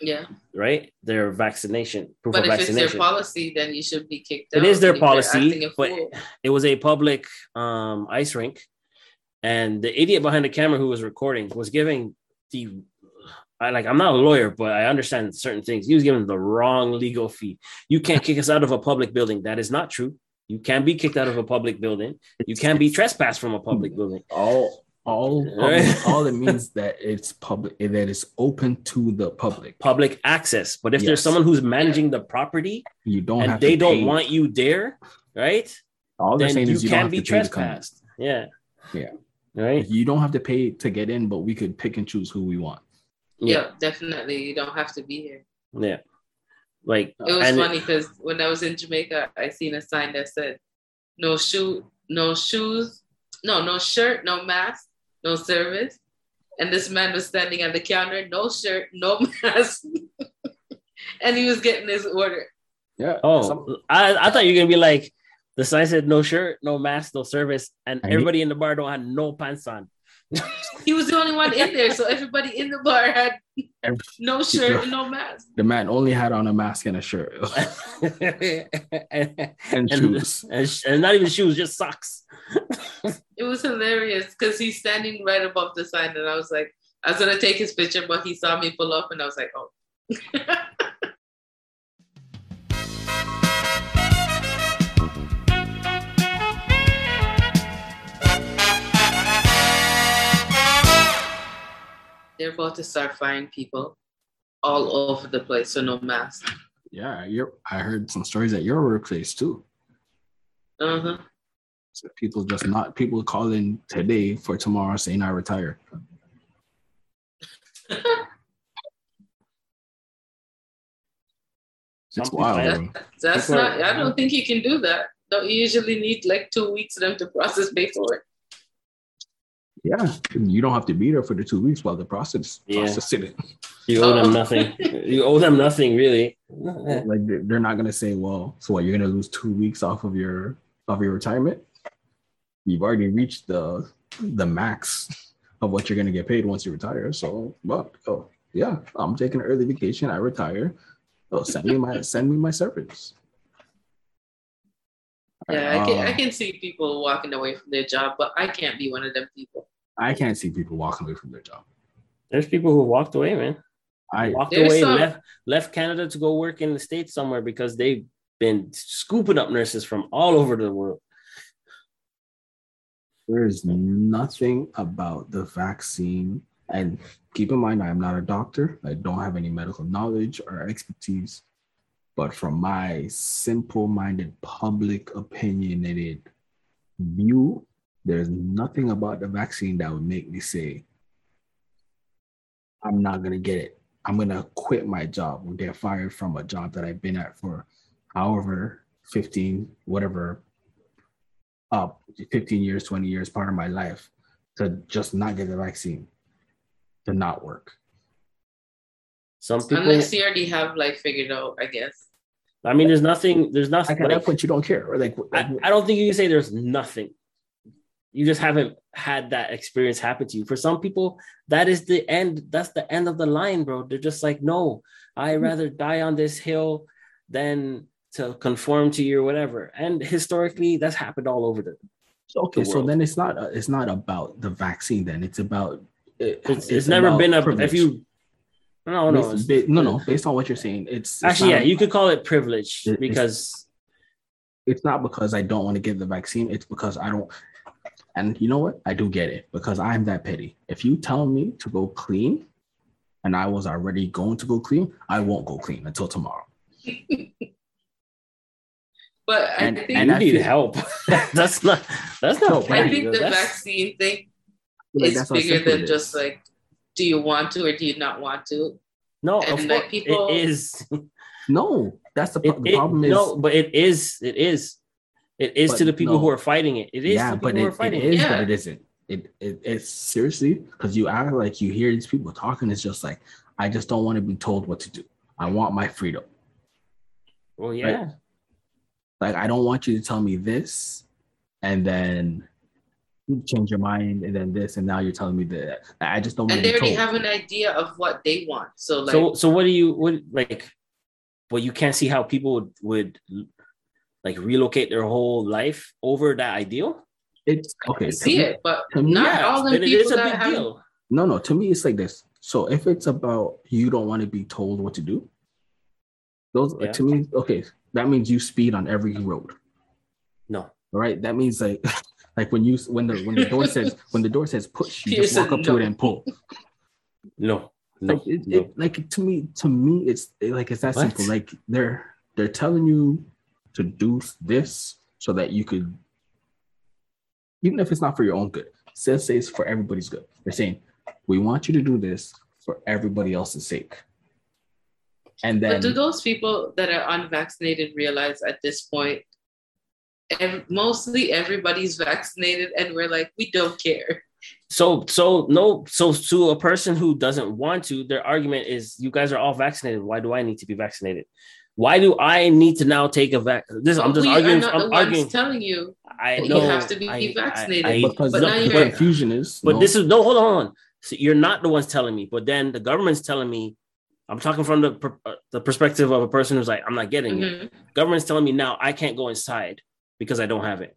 C: Yeah.
E: right? Their vaccination proof
C: But
E: of
C: if it's
E: vaccination.
C: their policy, then you should be kicked
E: It
C: out.
E: is their
C: if you're
E: policy,
C: acting a
E: but-
C: fool.
E: it was a public um, ice rink, and the idiot behind the camera who was recording was giving the I like I'm not a lawyer, but I understand certain things. He was giving the wrong legal fee. You can't kick us out of a public building. That is not true. You can be kicked out of a public building. You can be trespassed from a public building.
A: all all
E: Right.
A: public- all it means that it's public that it's open to the public.
E: Public access. But if there's
A: Yes.
E: someone who's managing the property
A: You don't have
E: and they
A: to
E: don't
A: pay.
E: want you there, right?
A: all they're
E: Then
A: saying
E: you
A: is you don't
E: can
A: have
E: be
A: to pay to come. in.
E: trespassed. Yeah.
A: Yeah.
E: Right.
A: You don't have to pay to get in, but we could pick and choose who we want.
C: yeah. definitely. You don't have to be here.
E: Yeah. Like
C: It was
E: and-
C: funny because when I was in Jamaica, I seen a sign that said, "No shoe, no shoes, no no shirt, no mask, no service." And this man was standing at the counter, no shirt, no mask, and he was getting his order.
A: Yeah.
E: Oh, I, I thought you were gonna be like the sign said no shirt, no mask, no service,
A: I
E: and
A: need-
E: everybody in the bar don't have no pants on.
C: He was the only one in there, so everybody in the bar had
A: Every-
C: no shirt, and no mask.
A: the man only had on a mask and a shirt
E: and, and,
A: and shoes.
E: sh- and not even shoes, just socks.
C: It was hilarious because he's standing right above the sign, and I was like, I was gonna take his picture, but he saw me pull up, and I was like, "Oh, they're about to start firing people all over the place, so no mask."
A: Yeah, you're, I heard some stories at your workplace too.
C: Uh huh.
A: So people just not people calling today for tomorrow saying I retire. It's
E: Some
A: wild.
E: people-
A: bro.
C: That's
E: People
C: not.
E: are-
C: I don't think you can do that. Don't you usually need like two weeks for them to process paperwork?
A: Yeah, you don't have to be there for the two weeks while the process
E: Yeah.
A: processing it.
E: You owe them nothing. you owe them nothing, really.
A: Like they're they're not gonna say, well, so what? You're gonna lose two weeks off of your of your retirement. You've already reached the the max of what you're gonna get paid once you retire. So, well, oh yeah, I'm taking an early vacation. I retire. Oh, send me my send me my service.
C: Yeah, I can. I
A: Uh,
C: can see people walking away from their job, but I can't be one of them people.
A: I can't see people walking away from their job.
E: There's people who walked away, man.
A: I
E: Walked
C: There's
E: away,
C: some-
E: left left Canada to go work in the States somewhere because they've been scooping up nurses from all over the world.
A: There is nothing about the vaccine. And keep in mind, I am not a doctor. I don't have any medical knowledge or expertise. But from my simple minded, public opinionated view, there's nothing about the vaccine that would make me say, I'm not going to get it. I'm going to quit my job or get fired from a job that I've been at for however 15, whatever, up 15 years, 20 years, part of my life to just not get the vaccine, to not work.
E: Some people.
C: Unless you already have like figured out, I guess.
E: I mean, there's nothing. There's
A: Like
E: nothing.
A: at
E: like-
A: that point, you don't care. Or like,
E: I, I don't think you can say there's nothing. You just haven't had that experience happen to you. For some people, that is the end. That's the end of the line, bro. They're just like, no, I
A: Mm-hmm.
E: rather die on this hill than to conform to your whatever. And historically, that's happened all over the.
A: okay,
E: the
A: so
E: world.
A: then it's not uh, it's not about the vaccine. Then it's about uh, it-
E: It's, it's, never been a.
A: privilege.
E: If you, no, no,
A: Based-
E: it's-
A: ba- no, no. Based on what you're saying, it's it's
E: Actually,
A: not
E: yeah, you could call it privilege
A: It- it's-
E: because
A: it's not because I don't want to get the vaccine. It's because I don't. And you know what? I do get it because I'm that petty. If you tell me to go clean, and I was already going to go clean, I won't go clean until tomorrow.
C: But I
A: And-
C: think
E: you
A: and I
E: need
A: feel-
E: help. that's not. That's not.
A: No,
C: I
E: petty,
C: think the
E: that's-
C: vaccine thing
A: Like,
C: is
A: that's how
C: bigger
A: simple
C: than
A: it
C: just
A: is.
C: like, do you want to or do you not want to?
E: No,
C: and
E: of
C: like
E: course,
C: people-
E: it is.
A: no. That's the,
E: It,
A: pro- the
E: it-
A: problem. Is
E: no, but it is. It is. It is
A: But
E: to the people who
A: no.
E: are fighting it. It is
A: yeah,
E: to the
A: but
E: people who are
A: it, it
E: fighting it.
A: is,
C: Yeah.
A: but it isn't. It, it it's seriously because you act like you hear these people talking. It's just like I just don't want to be told what to do. I want my freedom.
E: Well, yeah.
A: Like, I don't want you to tell me this and then you change your mind and then this and now you're telling me that. I I just don't want
C: And
A: to
C: they
A: be
C: already
A: told.
C: have an idea of what they want. So like,
E: Mm, so, so what do you what like? Well, you can't see how people would, would like relocate their whole life over that ideal.
A: it's okay. to
C: see
A: me-
C: it, but
A: to me-
C: not all the
E: but it is
C: people
E: a
C: that
E: big
C: have
E: deal.
A: No, no, to me, it's like this. So if it's about you don't want to be told what to do, those
E: Yeah.
A: to me, okay, that means you speed on every road.
E: No,
A: All right. That means like like when you when the when the door says when the door says push, you just
C: Here's
A: walk
C: a
A: up to it
C: no.
A: and pull.
E: no, no,
A: like it,
E: no.
A: it like to me to me it's it- like it's that
E: What?
A: simple like they're they're telling you to do this so that you could even if it's not for your own good say say it's for everybody's good they're saying we want you to do this for everybody else's sake and then
C: But do those people that are unvaccinated realize at this point, ev- mostly everybody's vaccinated, and we're like, we don't care.
E: So, so no, so to a person who doesn't want to, their argument is, you guys are all vaccinated. Why do I need to be vaccinated? Why do I need to now take a vac? This I'm just
C: we
E: arguing.
C: are not the
E: I'm
C: ones
E: arguing.
C: telling you.
E: I
C: that you
E: know
C: have to be
E: I- I-
C: vaccinated.
E: I-
A: because
C: but
A: the,
C: now
A: the
C: you're-
A: confusion is
E: But
A: no,
E: this is no, hold on. So you're not the ones telling me, but then the government's telling me. I'm talking from the per- uh, the perspective of a person who's like, I'm not getting it.
C: Mhm.
E: Government's telling me now I can't go inside because I don't have it.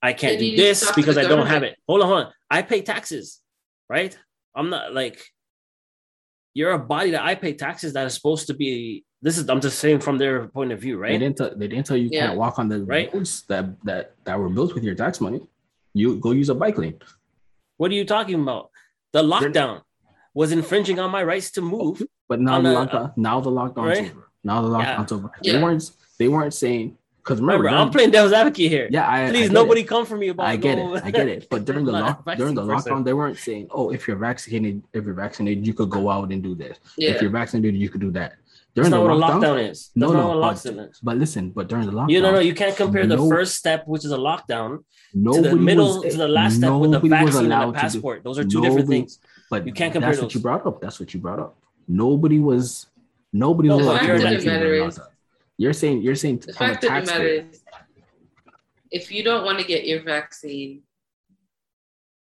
E: I can't
C: Then you need
E: do
C: to
E: this
C: talk to
E: because
C: the
E: I don't have
C: government.
E: it. Hold on, hold on. I pay taxes, right? I'm not like you're a body that I pay taxes that is supposed to be. This is I'm just saying from their point of view,
A: they
E: right?
A: didn't tell they didn't tell you
C: Yeah.
A: can't walk on the
E: Right.
A: roads that that that were built with your tax money you go use a bike lane
E: What are you talking about? The lockdown was infringing on my rights
A: Oh,
E: to move.
A: But now
E: On
A: the
E: a-
A: lockdown, now the lockdown's
E: Oh, uh, right?
A: over. Now the
E: Yeah.
A: lockdown's over. They
C: Yeah.
A: weren't they weren't saying because remember,
E: Remember, I'm
A: during-
E: playing devil's advocate here.
A: yeah, I I
E: Please,
A: get
E: nobody
A: It.
E: come for me about.
A: I get
E: no-
A: it. I get it. But during the
E: I'm not
A: lock
E: a
A: during the
E: vaccine person.
A: lockdown, they weren't saying, oh, if you're vaccinated, if you're vaccinated, you could go out and do this. If
C: Yeah.
A: you're vaccinated, you could do that.
E: That's
A: During
E: not
A: the
E: what a
A: lockdown,
E: lockdown is. That's
A: No,
E: not
A: no,
E: what a
A: but-
E: lockdown is.
A: but listen, but during the lockdown,
E: You no, no. You can't compare the
A: No.
E: first step, which is a lockdown, to
A: nobody
E: the middle
A: was,
E: to the last step with the
A: nobody was
E: vaccine
A: allowed
E: and
A: to do-
E: the passport. Those are two different
A: nobody-
E: things.
A: But
E: you can't compare
A: That's what
E: those.
A: you brought up. That's what you brought up. Nobody was nobody was
C: The
A: allowed
E: fact
A: to
E: of
A: do
E: the
A: anything during
C: matter
A: the
C: is-
A: lockdown. You're saying you're saying
C: The
A: from a
C: fact of the matter
A: taxpayer.
C: is, if you don't want to get your vaccine,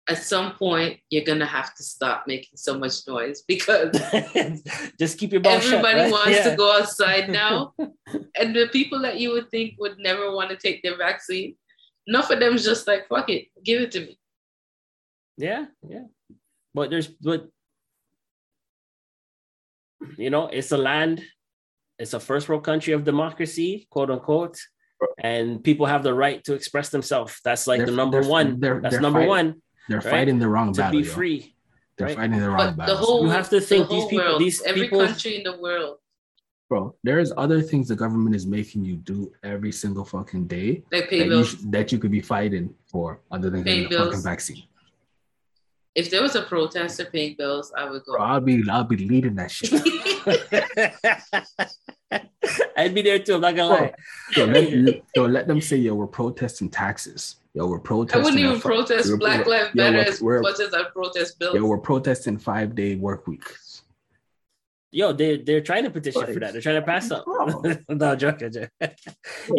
C: at some point you're gonna have to stop making so much noise because
E: Just keep your mouth shut.
C: everybody
E: right?
C: wants
E: Yeah.
C: to go outside now, and the people that you would think would never want to take their vaccine, enough of them is just like, fuck it, give it to me.
E: Yeah, yeah. But there's but you know, it's a land, it's a first world country of democracy, quote unquote. and people have the right to express themselves. That's like
A: They're-
E: the number
A: they're-
E: one.
A: they're-
E: That's
A: they're
E: number
A: fighting-
E: one
A: They're
E: Right?
A: fighting the wrong
E: to
A: battle.
E: be
A: yo.
E: free.
A: They're
E: right?
A: fighting the wrong
C: But
A: battle.
C: the whole
E: You have to think
C: the
E: these
C: whole
E: people-
C: world,
E: these
C: every
E: people-
C: country in the world,
A: bro. There's other things the government is making you do every single fucking day
C: like pay
A: that you,
C: bills.
A: sh- that you could be fighting for, other than
C: Pay
A: getting the
C: bills.
A: fucking vaccine.
C: If there was a protester paying bills, I would
A: Bro,
C: go.
A: I'll be I'll be leading that shit.
E: I'd be there too. I'm not gonna lie.
A: yo, let, yo, let them say yo, we're protesting taxes. Yo, we're
C: I
A: protesting.
C: wouldn't
A: a
C: even
A: fu-
C: protest
A: we're-
C: Black
A: we're-
C: Lives
A: yo,
C: Matter
A: we're-
C: as
A: we're-
C: much as I protest bills.
A: Yo, we're protesting five day work week.
E: Yo, they they're trying to petition for that. They're trying to pass something. no, joke, joke. You
A: Like,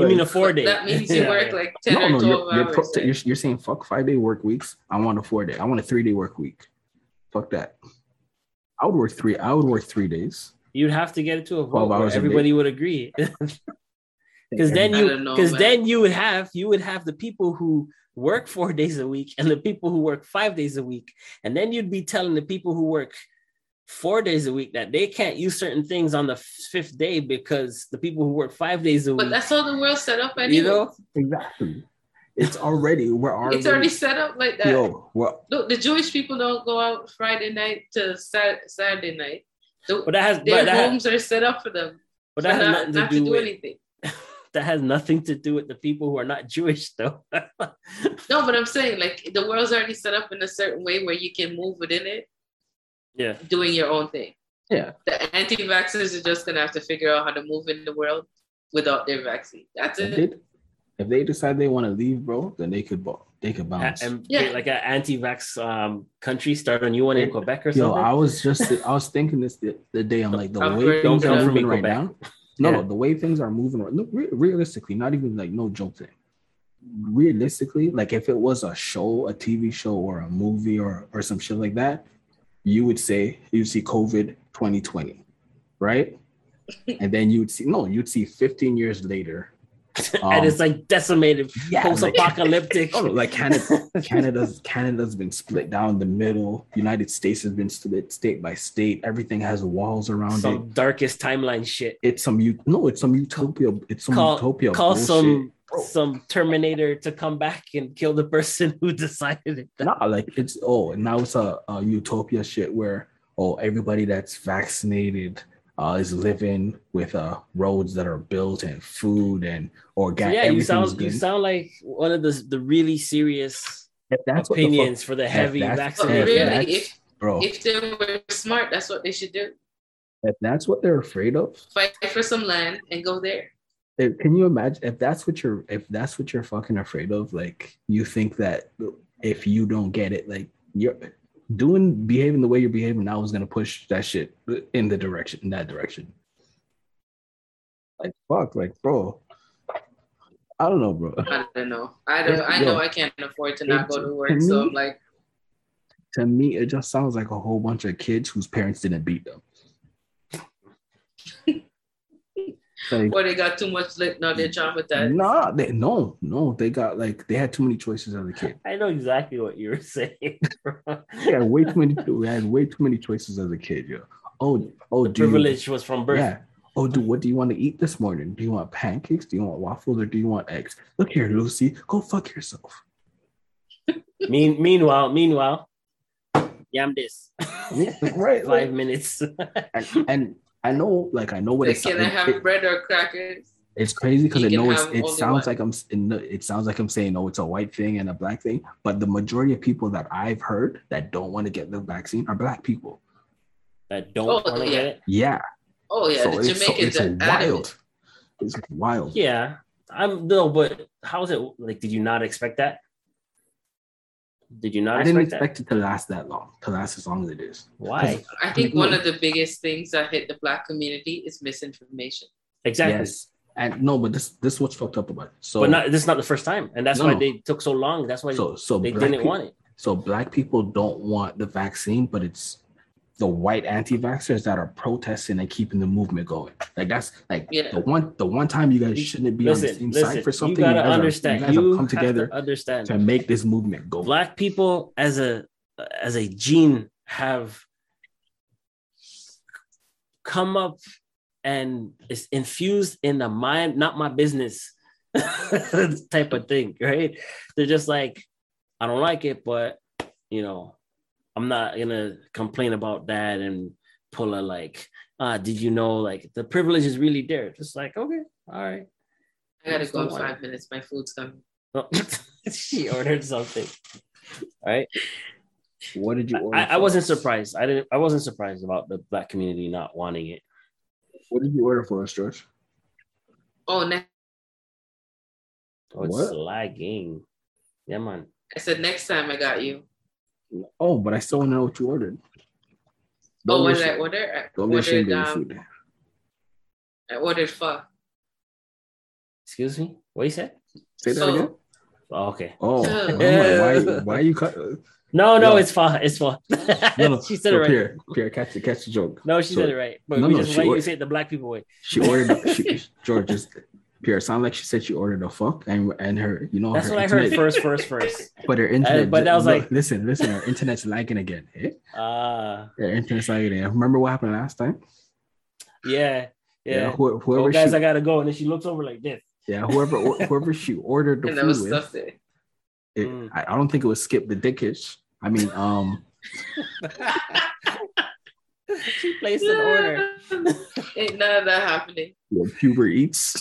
E: mean a four day?
C: that means you work like ten
A: No,
C: or
A: no,
C: 12
A: you're, you're,
C: hours.
A: prote- you're, you're saying fuck five day work weeks. I want a four day. I want a three day work week. Fuck that. I would work three. I would work three days.
E: You'd have to get it to a vote
A: Twelve
E: where
A: hours a day.
E: everybody would agree. Because then
C: I
E: you,
C: don't know,
E: because
C: man.
E: then you would have you would have the people who work four days a week and the people who work five days a week, and then you'd be telling the people who work four days a week that they can't use certain things on the fifth day because the people who work five days a week,
C: but that's how the world's set up anyway.
E: you know,
A: Exactly. It's already we're already.
C: it's already set up like that.
A: yo. We're,
C: Look, the Jewish people don't go out Friday night to Sat- Saturday night. The-
E: but that has
C: their
E: but that,
C: homes are set up for them.
E: but that
C: for
E: has
C: not,
E: nothing to
C: not
E: do with
C: anything.
E: that has nothing to do with the people who are not Jewish though.
C: No, but I'm saying like the world's already set up in a certain way where you can move within it,
E: yeah,
C: doing your own thing.
A: Yeah.
C: The anti-vaxxers are just gonna have to figure out how to move in the world without their vaccine. That's
A: if,
C: it.
A: they, if they decide they want to leave, bro, then they could bo- they could
E: A-
A: bounce.
E: and
C: Yeah.
E: create like an anti-vax um, country start a new one in Quebec or
A: Yo,
E: something.
A: I was just I was thinking this the, the day. I'm like the
C: I'm
A: way
C: very
A: things
C: Don't
A: are
C: come
E: for me,
A: moving right
E: Quebec.
A: now. No,
E: Yeah.
A: no, the way things are moving. right- Look, re- realistically, not even like no joke thing. Realistically, like if it was a show, a TV show, or a movie, or or some shit like that, you would say you see COVID 2020, right? and then you'd see no, you'd see 15 years later. um,
E: and it's like decimated,
A: yeah, like-
E: post-apocalyptic.
A: Oh, like Canada, Canada's Canada's been split down the middle. United States has been split state by state. Everything has walls around it.
E: some darkest timeline shit.
A: It's some you no, it's some utopia. It's some
E: Call-
A: utopia.
E: Call
A: bullshit.
E: some
A: Bro.
E: some Terminator to come back and kill the person who decided it.
A: nah, like it's oh, and now it's a, a utopia shit where oh, everybody that's vaccinated uh, is living with uh roads that are built and food and
E: So
A: organic.
E: yeah, you sound
A: good.
E: you sound like one of the the really serious
A: If that's what the fuck-
E: opinions for the
A: if
E: heavy
A: that's- if
C: But
E: vaccinated.
C: really,
A: that's-
C: if-
A: bro.
C: If they were smart, that's what they should do.
A: if that's what they're afraid of,
C: Fight for some land and go there.
A: If- can you imagine if that's what you're if that's what you're fucking afraid of like you think that if you don't get it like you're doing behaving the way you're behaving now is going to push that shit in the direction in that direction like fuck like bro i don't know bro
C: I don't know. I don't. I know I can't afford to not go to work, so I'm like,
A: to me it just sounds like a whole bunch of kids whose parents didn't beat them like
C: well, they got too much lit. No, they're traumatized.
A: nah they no no they got like they had too many choices as a kid
E: I know exactly what you were saying. bro.
A: Yeah, way too many. We had way too many choices as a kid. Yeah. Oh, oh,
E: the
A: do you-
E: privilege was from birth.
A: yeah. Oh, do what do you want to eat this morning? Do you want pancakes? Do you want waffles? Or do you want eggs? Look here, Lucy. Go fuck yourself.
E: Mean, meanwhile, meanwhile, yeah, I'm this.
A: Yeah, right.
E: Five
A: like,
E: minutes.
A: and, and I know, like, I know what
C: Like,
A: it's.
C: can I have
A: it-
C: bread or crackers?
A: it's crazy because
C: You
A: I
C: can
A: know it's,
C: have
A: it
C: only
A: sounds
C: one.
A: like I'm. s- in the- It sounds like I'm saying, oh, it's a white thing and a black thing. But the majority of people that I've heard that don't want to get the vaccine are black people.
E: that don't
C: Oh,
E: want to
C: yeah.
E: get it.
A: Yeah.
C: Oh yeah,
A: so
C: the
A: it's, so
C: Jamaicans
A: it's
C: are adamant.
A: wild. It's wild.
E: Yeah, I'm no, but how is it? Like, did you not expect that? Did you not
A: I didn't
E: expect,
A: expect it to last that long, to last as long as it is.
E: that? Why?
C: I think one of the biggest things that hit the black community is misinformation.
E: Exactly.
A: Yes. And no, but this this what's fucked up about it. So
E: but not this is not the first time, and that's
A: No,
E: why
A: no.
E: they took so long. That's why
A: so so
E: they
A: black
E: didn't
A: people,
E: want it.
A: so black people don't want the vaccine, but it's the white anti-vaxxers that are protesting and keeping the movement going. Like that's like
C: Yeah.
A: the one the one time you guys shouldn't be on the
E: Listen,
A: same
E: listen.
A: side for something.
E: you gotta
A: guys are-
E: understand.
A: you
E: You,
A: guys have come
E: have
A: together
E: to understand.
A: to make this movement go.
E: Black people, as a as a gene, have come up and is infused in the mind. Not my business type of thing, right? They're just like, I don't like it, but you know, I'm not gonna complain about that and pull a like, ah, did you know like the privilege is really there? Just like, okay, all right.
C: I gotta
E: Just
C: go in
E: don't want
C: five minutes. My food's coming.
E: Oh, she ordered something. All right.
A: What did you order?
E: I, I
A: for?
E: wasn't surprised. I didn't I wasn't surprised about the black community not wanting it.
A: What did you order for us, George?
C: Oh, next,
E: Oh, it's
A: What?
E: lagging. Yeah, man.
C: I said next time I got you.
A: Oh, but I still want to know what you ordered.
C: oh,
A: Don't
C: what
A: be
C: did I
A: ashamed-
C: order? I
A: Don't be
C: ordered,
A: ashamed of your
C: um,
A: food.
C: I ordered pho.
E: Excuse me? What you said?
A: Say that
C: so-
A: again.
E: Oh, okay.
A: Oh,
C: so-
A: I'm like, why, why you cut?
E: No, no,
A: Yeah.
E: it's fine. It's fine.
A: No, no.
E: she said it
A: no,
E: right.
A: Pierre, Pierre, catch the catch the joke.
E: No, she
A: So-
E: said it right. But
A: No,
E: we
A: no,
E: just
A: she
E: why you
A: ordered-
E: say it the black people way.
A: She ordered. she, George, just Pierre. it Sound like she said she ordered a fuck, and and her, you know,
E: That's
A: her
E: what I heard
A: internet-
E: first, first, first.
A: But her internet.
E: but that was
A: no,
E: like-
A: listen, listen. Her internet's lagging again. Eh?
E: Uh
A: Her internet's lagging. Again. Remember what happened last time?
E: yeah. Yeah.
A: who- whoever
E: oh guys,
A: she,
E: I gotta go. And then she looks over like this.
A: yeah, whoever whoever she ordered the
C: and that
A: food
C: was
A: with.
C: stuffed there.
A: it-
E: Mm.
A: I, I don't think it was Skip the Dickish. I mean, um,
E: she placed an order.
C: Ain't none of that happening.
A: you know, Uber Eats.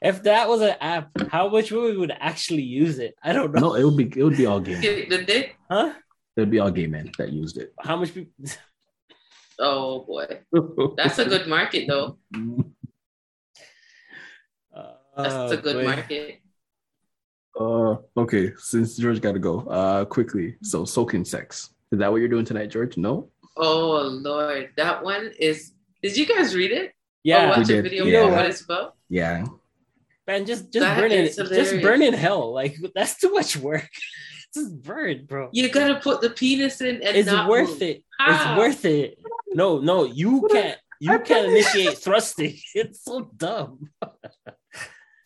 E: If that was an app, how much we would actually use it? I don't know.
A: No, it would be it would be all gay. men.
C: Skip the dick.
E: Huh?
A: It would be all gay men that used it.
E: How much people
C: Oh boy, that's a good market though. That's
E: Oh,
C: a good market.
A: Uh, okay, since George got to go, uh, quickly. So soaking sex. Is that what you're doing tonight, George? No.
C: Oh lord, that one is. Did you guys read it? or
E: Yeah.
A: We
C: watch a
A: did,
C: video
A: yeah.
C: of what it's about?
A: Yeah.
E: Man, just just
C: That
E: burn in
C: is
E: just
C: hilarious.
E: burn in hell. Like that's too much work. just burn, bro.
C: You gotta put the penis in and
E: it's
C: not
E: worth
C: move.
E: it.
C: Ah.
E: It's worth it. No, no, you can't. You can't initiate thrusting. It's so dumb.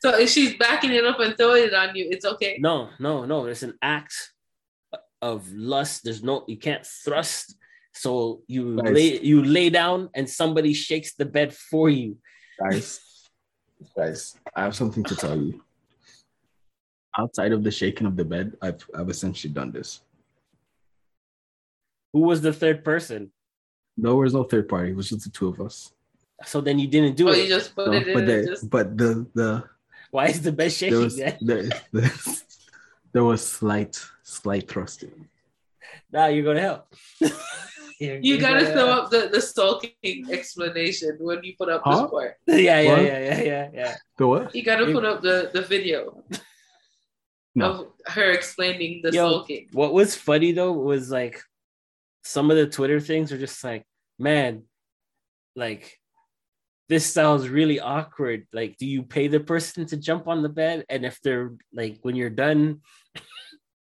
C: So if she's backing it up and throwing it on you, it's okay.
E: No, no, no. It's an act of lust. There's no. You can't thrust. So you
A: Nice.
E: lay you lay down and somebody shakes the bed for you.
A: Guys, guys, I have something to tell you. Outside of the shaking of the bed, I've I've essentially done this.
E: Who was the third person?
A: No, there was no third party. It was just the two of us.
E: So then you didn't do
C: Oh,
E: it.
C: you just put
A: So,
C: it in
A: but
C: and
A: the
C: just
A: but the the
E: Why is the bed shaking?
A: there was
E: then?
A: there, there, there was slight slight thrusting.
E: Nah, you're gonna help. You're-
C: you
E: you're
C: gotta
E: gonna
C: throw
E: help.
C: up the, the stalking explanation when you put up
A: Huh?
C: this part.
E: Yeah, yeah,
A: What?
E: yeah, yeah, yeah, yeah.
A: The what?
C: You gotta
E: You-
C: put up the, the video
A: No.
C: of her explaining the
E: Yo.
C: stalking.
E: What was funny though was like some of the Twitter things were just like, man, like this sounds really awkward. Like, do you pay the person to jump on the bed? And if they're like, when you're done,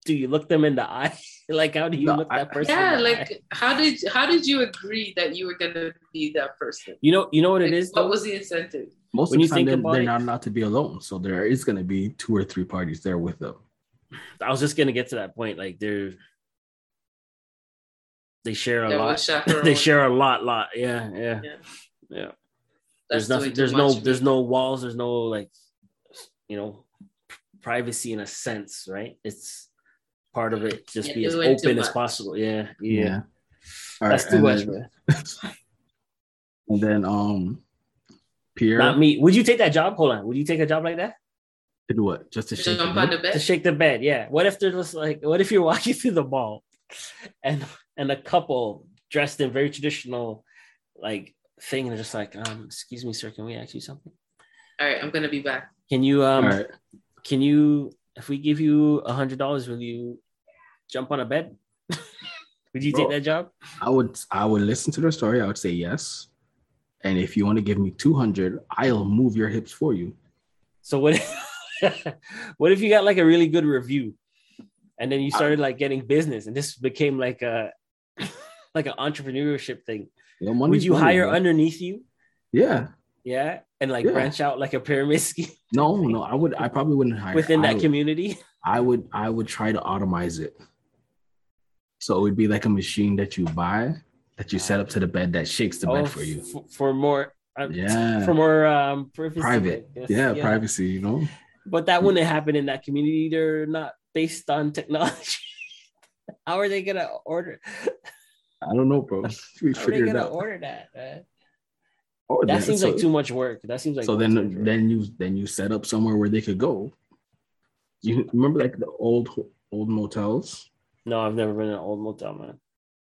E: do you look them in the eye? like, how do you
A: No,
E: look
A: I-
E: that person? in
C: Yeah,
E: the eye?
C: like how did how did you agree that you were gonna be that person?
E: you know, you know what
C: Like,
E: it is.
C: what
E: Though?
C: was the incentive?
A: Most
E: When
A: of
E: you
A: the time,
E: think
A: they're,
E: about
A: they're
E: it-
A: not allowed to be alone, so there is going to be two or three parties there with them.
E: I was just gonna get to that point. Like, they're they share a
C: That
E: lot.
C: was chaperone.
E: they share a lot, lot. Yeah, yeah,
C: Yeah.
E: yeah.
C: That's
E: There's nothing.
C: doing too
E: There's no.
C: much.
E: There's no walls. There's no like, you know, privacy in a sense, right? It's part of it. Just
C: Yeah,
E: be as
C: doing too
E: open as
C: much.
E: possible. Yeah, yeah.
A: Yeah. All
E: That's
A: right,
E: too
A: and
E: much.
A: then-
E: man.
A: And then um Pierre
E: Not me. Would you take that job? Hold on. Would you take a job like that
A: did what? Just to shake
C: jump
A: the
C: on
A: bed?
C: the
E: to
C: bed.
E: shake the bed? Yeah. What if they're just like? What if you're walking through the mall, and and a couple dressed in very traditional, like thing, and they're just like, um, excuse me, sir, can we ask you something?
C: All right, I'm gonna be back.
E: Can you um?
A: All right.
E: can you if we give you a hundred dollars will you jump on a bed would you take
A: Bro.
E: that job
A: I would I would listen to the story. I would say yes. And if you want to give me 200, I'll move your hips for you.
E: so what if, what if you got like a really good review and then you started like getting business and this became like a like an entrepreneurship thing
A: Your money.
E: would you hire underneath you
A: Yeah.
E: yeah and like
A: Yeah.
E: branch out like a pyramid scheme
A: No, no, I would I probably wouldn't hire
E: within
A: I
E: that
A: would-
E: community
A: I would I would try to automize it. So it would be like a machine that you buy that you set up to the bed that shakes the
E: Oh,
A: bed for you.
E: f- for more uh,
A: Yeah.
E: for more um privacy
A: Private.
E: I guess.
A: Yeah, privacy, you know.
E: But that wouldn't happen in that community. They're not based on technology. How are they gonna order?
A: I don't know, bro. We
E: How are they
A: figured it
E: gonna
A: out.
E: order that? Man?
A: Oh,
E: That
A: then-
E: seems
A: so-
E: like too much work. That seems like
A: so
E: way too much
A: then
E: work.
A: then you then you set up somewhere where they could go. You remember like the old old motels?
E: no, I've never been in an old motel, man.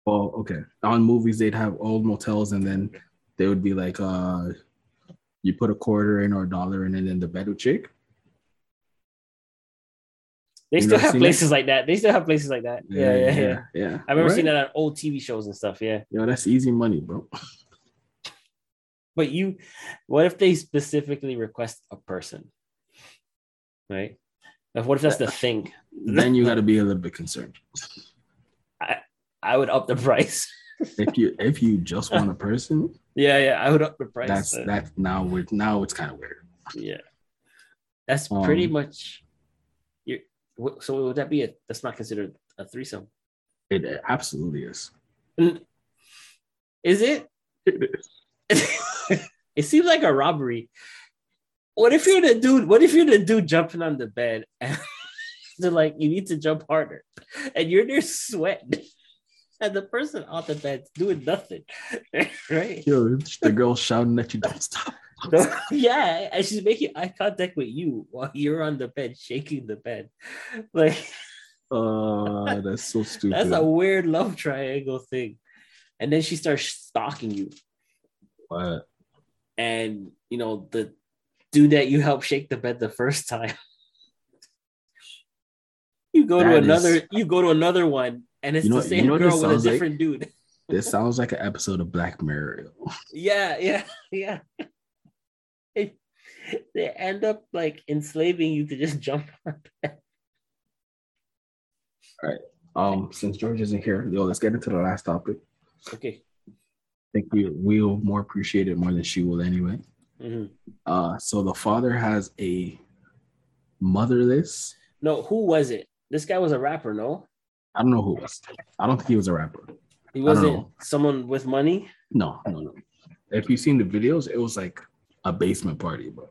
A: Well, okay. On movies, they'd have old motels, and then they would be like, uh, you put a quarter in or a dollar in, and then the bed would shake.
E: They
A: You
E: still
A: never
E: have
A: seen that?
E: places like that. They still have places like that. Yeah, yeah, yeah.
A: yeah.
E: I remember
A: Right?
E: seeing that on old TV shows and stuff. Yeah.
A: Yo, that's easy money, bro.
E: But you, what if they specifically request a person? Right? Like, what if that's the thing?
A: then you got to be a little bit concerned.
E: I would up the price.
A: If you if you just want a person,
E: Yeah, yeah. I would up the price.
A: that's
E: Uh,
A: that's now we're now it's kind of weird.
E: Yeah. That's pretty
A: Um,
E: much. You. wh- So would that be a? That's not considered a threesome.
A: It absolutely is.
E: Is it? it seems like a robbery. What if you're the dude? What if you're the dude jumping on the bed and they're like, you need to jump harder, and you're there sweating, and the person on the bed's doing nothing, right?
A: Yo, it's the girl shouting at you, don't stop.
E: yeah, and she's making eye contact with you while you're on the bed shaking the bed, like.
A: Uh, that's so stupid.
E: That's a weird love triangle thing. And then she starts stalking you.
A: What?
E: And you know, the dude that you helped shake the bed the first time. you go to
A: That is-
E: another you go to another one and it's
A: You know-
E: the
A: you
E: same
A: know what it
E: girl with a
A: sounds like?
E: different dude.
A: This sounds like an episode of Black Mirror. yo.
E: Yeah, yeah, yeah. They, they end up like enslaving you to just jump on.
A: Um, since George isn't here, yo, let's get into the last topic.
E: Okay.
A: I think we we'll more appreciate it more than she will anyway.
E: Mhm.
A: Uh, so the father has a motherless.
E: No, who was it? This guy was a rapper, no?
A: I don't know who it was. I don't think he was a rapper.
E: He
A: don't
E: wasn't
A: know.
E: someone with money.
A: No, no, no. If you've seen the videos, it was like a basement party, bro.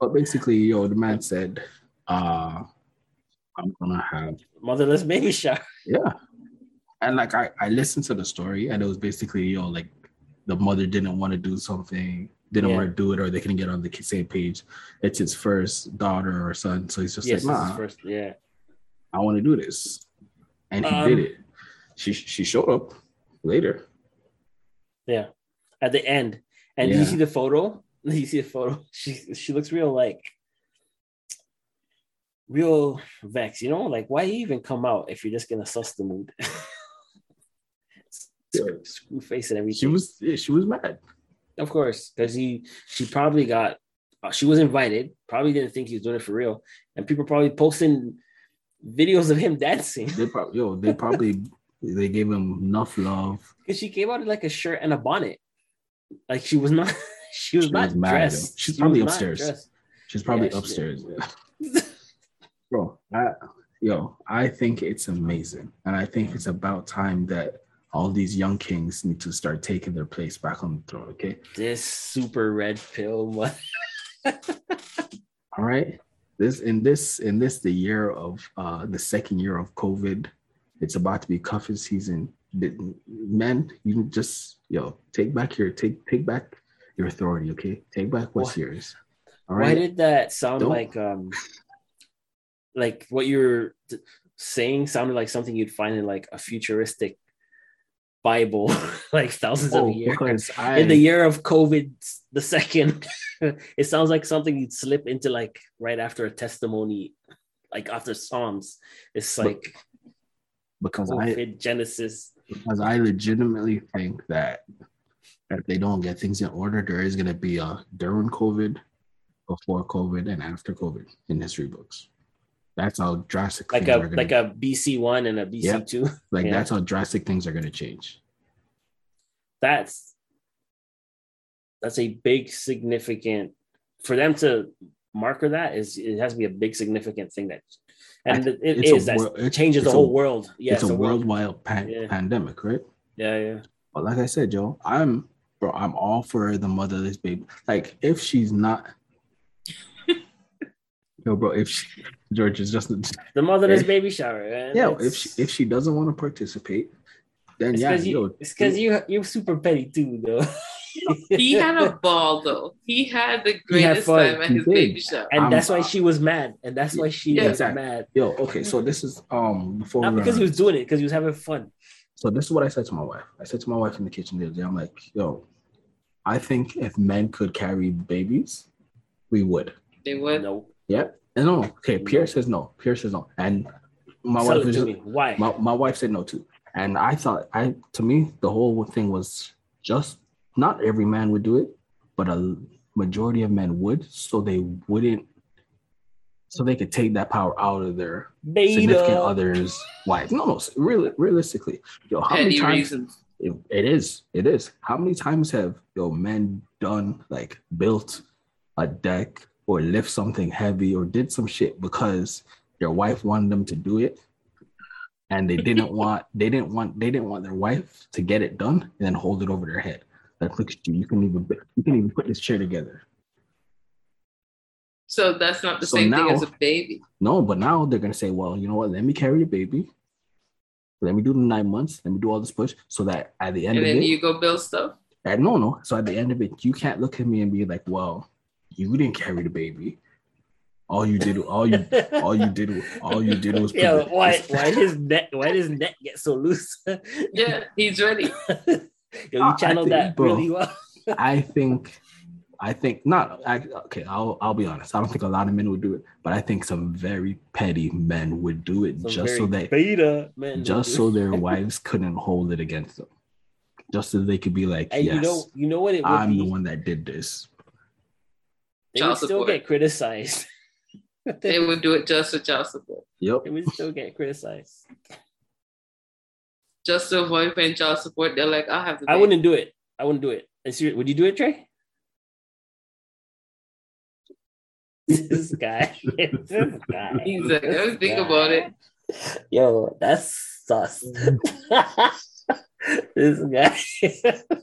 A: but basically, yo, the man said, uh, I'm gonna have
E: Motherless baby shower.
A: Yeah. And like I, I listened to the story and it was basically, yo, like the mother didn't want to do something, didn't
E: Yeah.
A: want to do it, or they couldn't get on the ki- same page. It's his first daughter or son. So he's just
E: yes,
A: like,
E: this is
A: nah,
E: first. Yeah.
A: I want to do this. And he
E: Um,
A: did it. She she showed up later.
E: Yeah. At the end. And did you
A: Yeah.
E: see the photo? Did you see the photo? She she looks real like real vexed, you know? Like why even come out if you're just gonna suss the mood? screw, screw face and everything.
A: She was yeah, she was mad.
E: of course, because he she probably got uh, she was invited, probably didn't think he was doing it for real. And people probably posting videos of him dancing.
A: They probably yo, they probably they gave him enough love.
E: Because she came out in like a shirt and a bonnet. Like she was not she was
A: She
E: not
A: was mad at him.
E: dressed.
A: She's
E: She
A: probably
E: was not
A: upstairs.
E: dressed.
A: She's probably
E: Yeah, she-
A: upstairs. bro I, yo i think it's amazing and i think it's about time that all these young kings need to start taking their place back on the throne okay
E: this super red pill mo-
A: all right this in this in this the year of uh the second year of covid it's about to be cuffing season The- men you just yo take back your take take back your authority okay take back what's
E: Why-
A: yours all
E: Why
A: right
E: did that sound
A: Don't-
E: like um like what you were t- saying sounded like something you'd find in like a futuristic Bible like thousands
A: oh,
E: of years.
A: because I,
E: In the year of COVID the second, it sounds like something you'd slip into like right after a testimony, like after Psalms. It's
A: But-
E: like
A: because I,
E: COVID, Genesis.
A: because I legitimately think that if they don't get things in order, there is going to be a during COVID, before COVID, and after COVID in history books. That's how drastic
E: Like
A: things
E: a
A: are gonna,
E: like a BC one and a BC
A: Yep.
E: two.
A: like
E: yeah.
A: that's how drastic things are going to change.
E: that's that's a big significant for them to marker that is it has to be a big significant thing that and it it
A: It's a
E: is that
A: wor- it's-
E: changes the
A: it's a-
E: whole world yeah
A: it's a worldwide pan-
E: Yeah.
A: pandemic, right?
E: yeah yeah
A: But like I said, Joe, I'm bro, I'm all for the motherless baby. Like if she's not No, bro. If she, George is just
E: The motherless
A: Eh?
E: baby shower. Man.
A: yeah,
E: It's-
A: if she, if she doesn't want to participate, then
E: it's
A: yeah,
E: because
A: yo,
E: you, it's 'cause you you're super petty too, though.
C: He had a ball though. He had the
E: He had
C: greatest
E: fun.
C: time at
A: He
C: his
A: did.
C: baby shower.
E: and
A: I'm-
E: that's why she was mad, and that's why she
C: Yeah.
E: was
A: Exactly.
E: mad.
A: yo. Okay, so this is um before
E: Not
A: we
E: because
A: run
E: he was doing it, because he was having fun.
A: So this is what I said to my wife. I said to my wife in the kitchen the other day, I'm like, yo, I think if men could carry babies, we would.
C: They
E: No,
C: would.
A: Yep. And no, okay, Pierre says no. Pierre says no. And my
E: Mm-hmm. Sell
A: wife was
E: it to
A: just,
E: me. Why?
A: my, my wife said no too. And I thought I to me the whole thing was just not every man would do it, but a majority of men would, so they wouldn't so they could take that power out of their significant
E: Beta.
A: other's wives. No, no, really realistically. Yo, how many
C: Any
A: times
C: reason.
A: it, it is. It is. How many times have yo men done like built a deck or lift something heavy or did some shit because their wife wanted them to do it, and they didn't want they didn't want they didn't want their wife to get it done and then hold it over their head. Like look at you, you can even you can even put this chair together.
C: So that's not the
A: So
C: same
A: now-
C: thing as a baby.
A: No, but now they're gonna say, well, you know what? Let me carry the baby. Let me do the nine months. Let me do all this push so that at the end
C: And
A: of
C: then
A: it,
C: you go build stuff.
A: And no, no. So at the end of it, you can't look at me and be like, "Well, you didn't carry the baby. All you did, all you, all you did, all you did was
E: Yeah,
A: put the-
E: why why did his neck why did his neck get so loose? Yo,
C: Yeah, he's ready.
E: you
A: I
E: channeled
A: think,
E: that
A: bro.
E: really well.
A: I think, I think not. I, okay, I'll, I'll be honest. I don't think a lot of men would do it, but I think some very petty men would do it
E: Some
A: just
E: very
A: so they,
E: beta man.
A: just so their wives couldn't hold it against them, just so they could be like,
E: and
A: "Yes,
E: you know you know what it would
A: I'm
E: be.
A: the one that did this."
E: They
C: Child
E: would still
C: support.
E: get criticized.
C: they would do it just for child support,
A: Yep.
E: They would still get criticized.
C: just to avoid paying child support. They're like, I'll have the.
E: I
C: baby.
E: wouldn't do it. I wouldn't do it. And serious- would you do it, Trey? this guy. this guy.
C: He's like,
E: This
C: "Let me think
E: guy."
C: about it."
E: Yo, that's sus. this guy.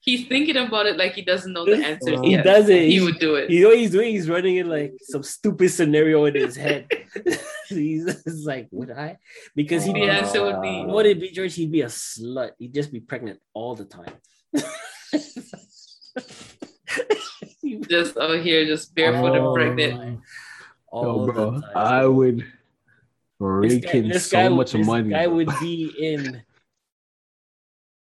C: He's thinking about it like he doesn't know the answer.
E: he
C: yet.
E: does it.
C: He
E: He
C: would do it.
E: you know what he's doing? He's running in like some stupid scenario in his head. he's just like, would I? Because he'd be
C: The answer would be-
E: What would it be, George? He'd be a slut. He'd just be pregnant all the time.
C: Just out here, just barefoot and
E: Oh,
C: pregnant.
E: my.
A: Yo,
E: All
A: bro,
E: the time.
A: I would
E: This
A: rake
E: guy-
A: in
E: this
A: so
E: guy would-
A: much
E: this
A: money.
E: guy
A: bro.
E: would be in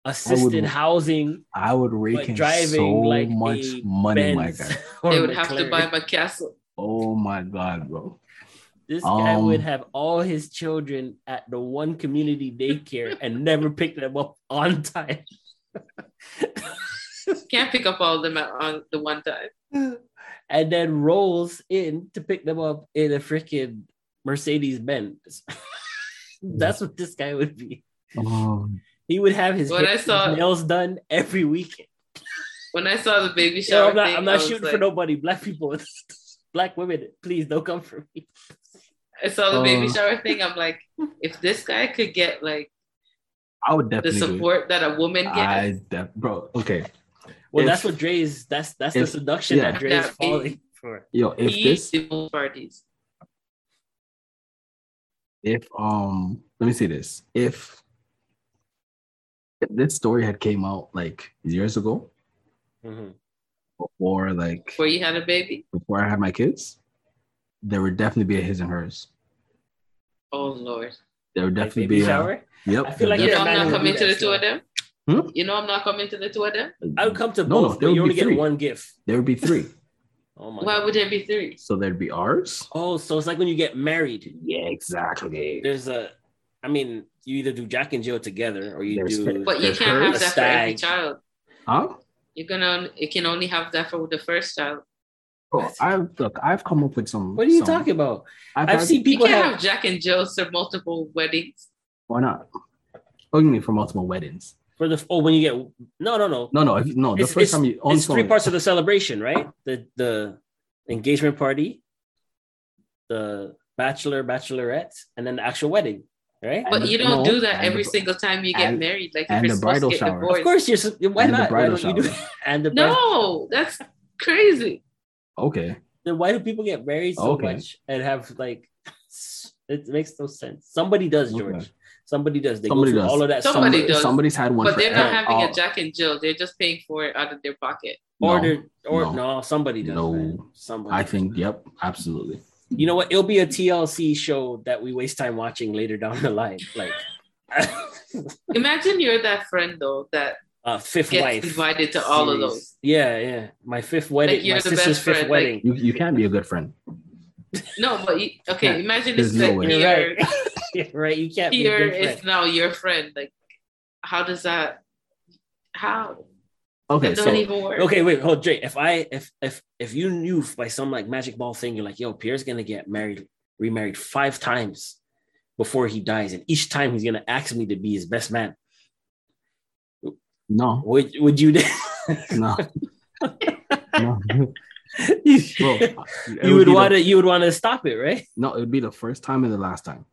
E: assisted housing
A: I would rake in
E: driving
A: so
E: like
A: much
E: a
A: money, my
E: Benz.
A: guy.
E: or
C: They would have to
E: McLaren.
C: buy my castle.
A: Oh my god, bro.
E: This guy would
A: Um,
E: have all his children at the one community daycare and never pick them up on time.
C: Can't pick up all of them at on the one time.
E: And then rolls in to pick them up in a freaking Mercedes Benz. That's what this guy would be.
A: Um,
E: He would have his,
C: When I
E: his
C: saw-
E: nails done every weekend.
C: When I saw the baby
E: Yo,
C: shower,
E: I'm not,
C: thing,
E: I'm
C: I
E: not
C: was
E: shooting for
C: like-
E: nobody. Black people, black women, please don't come for me.
C: I saw the baby
A: Oh.
C: shower thing. I'm like, if this guy could get like
A: I would
C: the
A: definitely do
C: support that a woman
A: it.
C: gets,
A: I def- bro. Okay,
E: Well,
A: If-
E: that's what Dre's. That's that's the
A: if-
E: seduction
A: yeah.
E: that Dre's
C: That beat-
E: falling for.
A: yo, if
C: he
A: this,
C: did both parties.
A: if um, let me say this. If if this story had came out like years ago,
E: Mm-hmm.
A: before like
C: Where you had a baby?
A: before I had my kids, there would definitely be a his and hers.
C: Oh Lord.
A: There would
E: Like
A: definitely
E: baby
A: be uh, a
E: shower.
A: yep.
E: I feel like
A: there
C: You know
E: Yeah,
C: I'm
E: man,
C: not
E: we'll
C: coming
E: do
C: to
E: that
C: the two of them.
A: Hmm?
C: You know I'm not coming to the two of them.
E: I would come to
A: No, no,
E: both,
A: there
E: but
A: would
E: you
A: be
E: only
A: three.
E: get one gift.
A: There would be three.
E: Oh my.
C: Why
E: God.
C: would there be three?
A: So there'd be ours.
E: Oh, so it's like when you get married.
A: Yeah, exactly.
E: There's a. I mean, you either do Jack and Jill together, or you
A: There's
E: do.
A: pit-
C: But you
A: There's
C: can't
E: hers.
C: have that for every
E: Stag.
C: child.
A: Huh?
C: You're gonna you can only have that for the first child.
A: Bro, I've look, I've come up with some.
E: What are you
A: some-
E: talking about?
A: I've,
E: I've
A: had-
E: seen
C: You
E: people
C: can't
E: have.
C: have Jack and Jill for multiple weddings.
A: Why not? Only for multiple weddings.
E: for the oh when you get no no no
A: No, no, if, no. The
E: It's-
A: first time you only
E: it's three parts of the celebration, right? The the engagement party, the bachelor, bachelorette, and then the actual wedding, right?
A: And
C: But
A: the-
C: you don't
A: no,
C: do that
A: and
C: every
A: the-
C: single time you get
A: and-
C: married. Like if
A: and
C: you're
A: the
C: supposed to
A: bridal
C: get
A: shower.
C: divorced.
E: of course, you're su- why
A: And the
E: not? Why
A: bridal
E: don't you do
A: shower.
E: and the bridal-
C: No, that's crazy.
A: Okay.
E: Then why do people get married so
A: Okay.
E: much and have like? It makes no sense. Somebody does,
A: Okay.
E: George. Somebody does. They
A: Somebody
E: go through
A: does.
E: all of that.
C: Somebody
E: somewhere.
C: does.
A: Somebody's had one.
C: But they're not
A: forever.
C: having
E: Oh.
C: a Jack and Jill. They're just paying for it out of their pocket.
A: No,
E: Or they're- or no.
A: no.
E: somebody does.
A: No.
E: man. Somebody.
A: I think. Yep. Absolutely.
E: you know what? It'll be a TLC show that we waste time watching later down the line. Like
C: Imagine you're that friend though that
E: uh, fifth
C: gets
E: wife.
C: invited to all of
E: series.
C: those.
E: Yeah, yeah. My fifth wedding.
C: Like, you're
E: my
C: the
E: sister's
C: best
E: fifth
C: friend, like-
E: wedding.
A: You, you can't be a good friend.
C: No, but you, okay, imagine
A: There's
C: it's
A: no
C: like
A: way.
C: here,
E: You're right. You're right. You can't be a
C: here
E: good
C: is
E: friend.
C: now your friend. Like, how does that? How?
A: Okay.
C: It doesn't
A: So
C: even work.
E: Okay, wait, hold, Jay. If I if if if you knew by some like magic ball thing, you're like, yo, Pierre's gonna get married, remarried five times before he dies, and each time he's gonna ask me to be his best man.
A: no.
E: Would would you?
A: No. no. Bro, it
E: you would
A: be the-
E: want to you would want to stop it, right?
A: No, it would be the first time and the last time.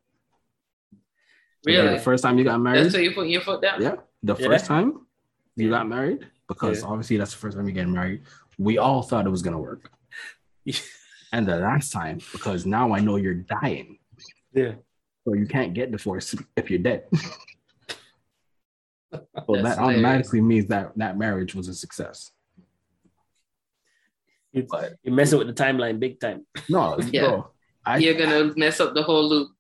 A: Yeah,
C: Really?
A: The first time you got married.
C: That's where you put your foot down.
A: Yeah. The
E: Yeah.
A: first time you
E: Yeah.
A: got married, because
E: Yeah.
A: obviously that's the first time you're getting married. We all thought it was gonna work.
E: Yeah.
A: and the last time, because now I know you're dying.
E: Yeah.
A: So you can't get divorced if you're dead. so
C: That's
A: that automatically means that that marriage was a success. But
E: You're messing with the timeline big time.
A: no,
C: Yeah.
A: bro, I
C: You're gonna mess up the whole loop.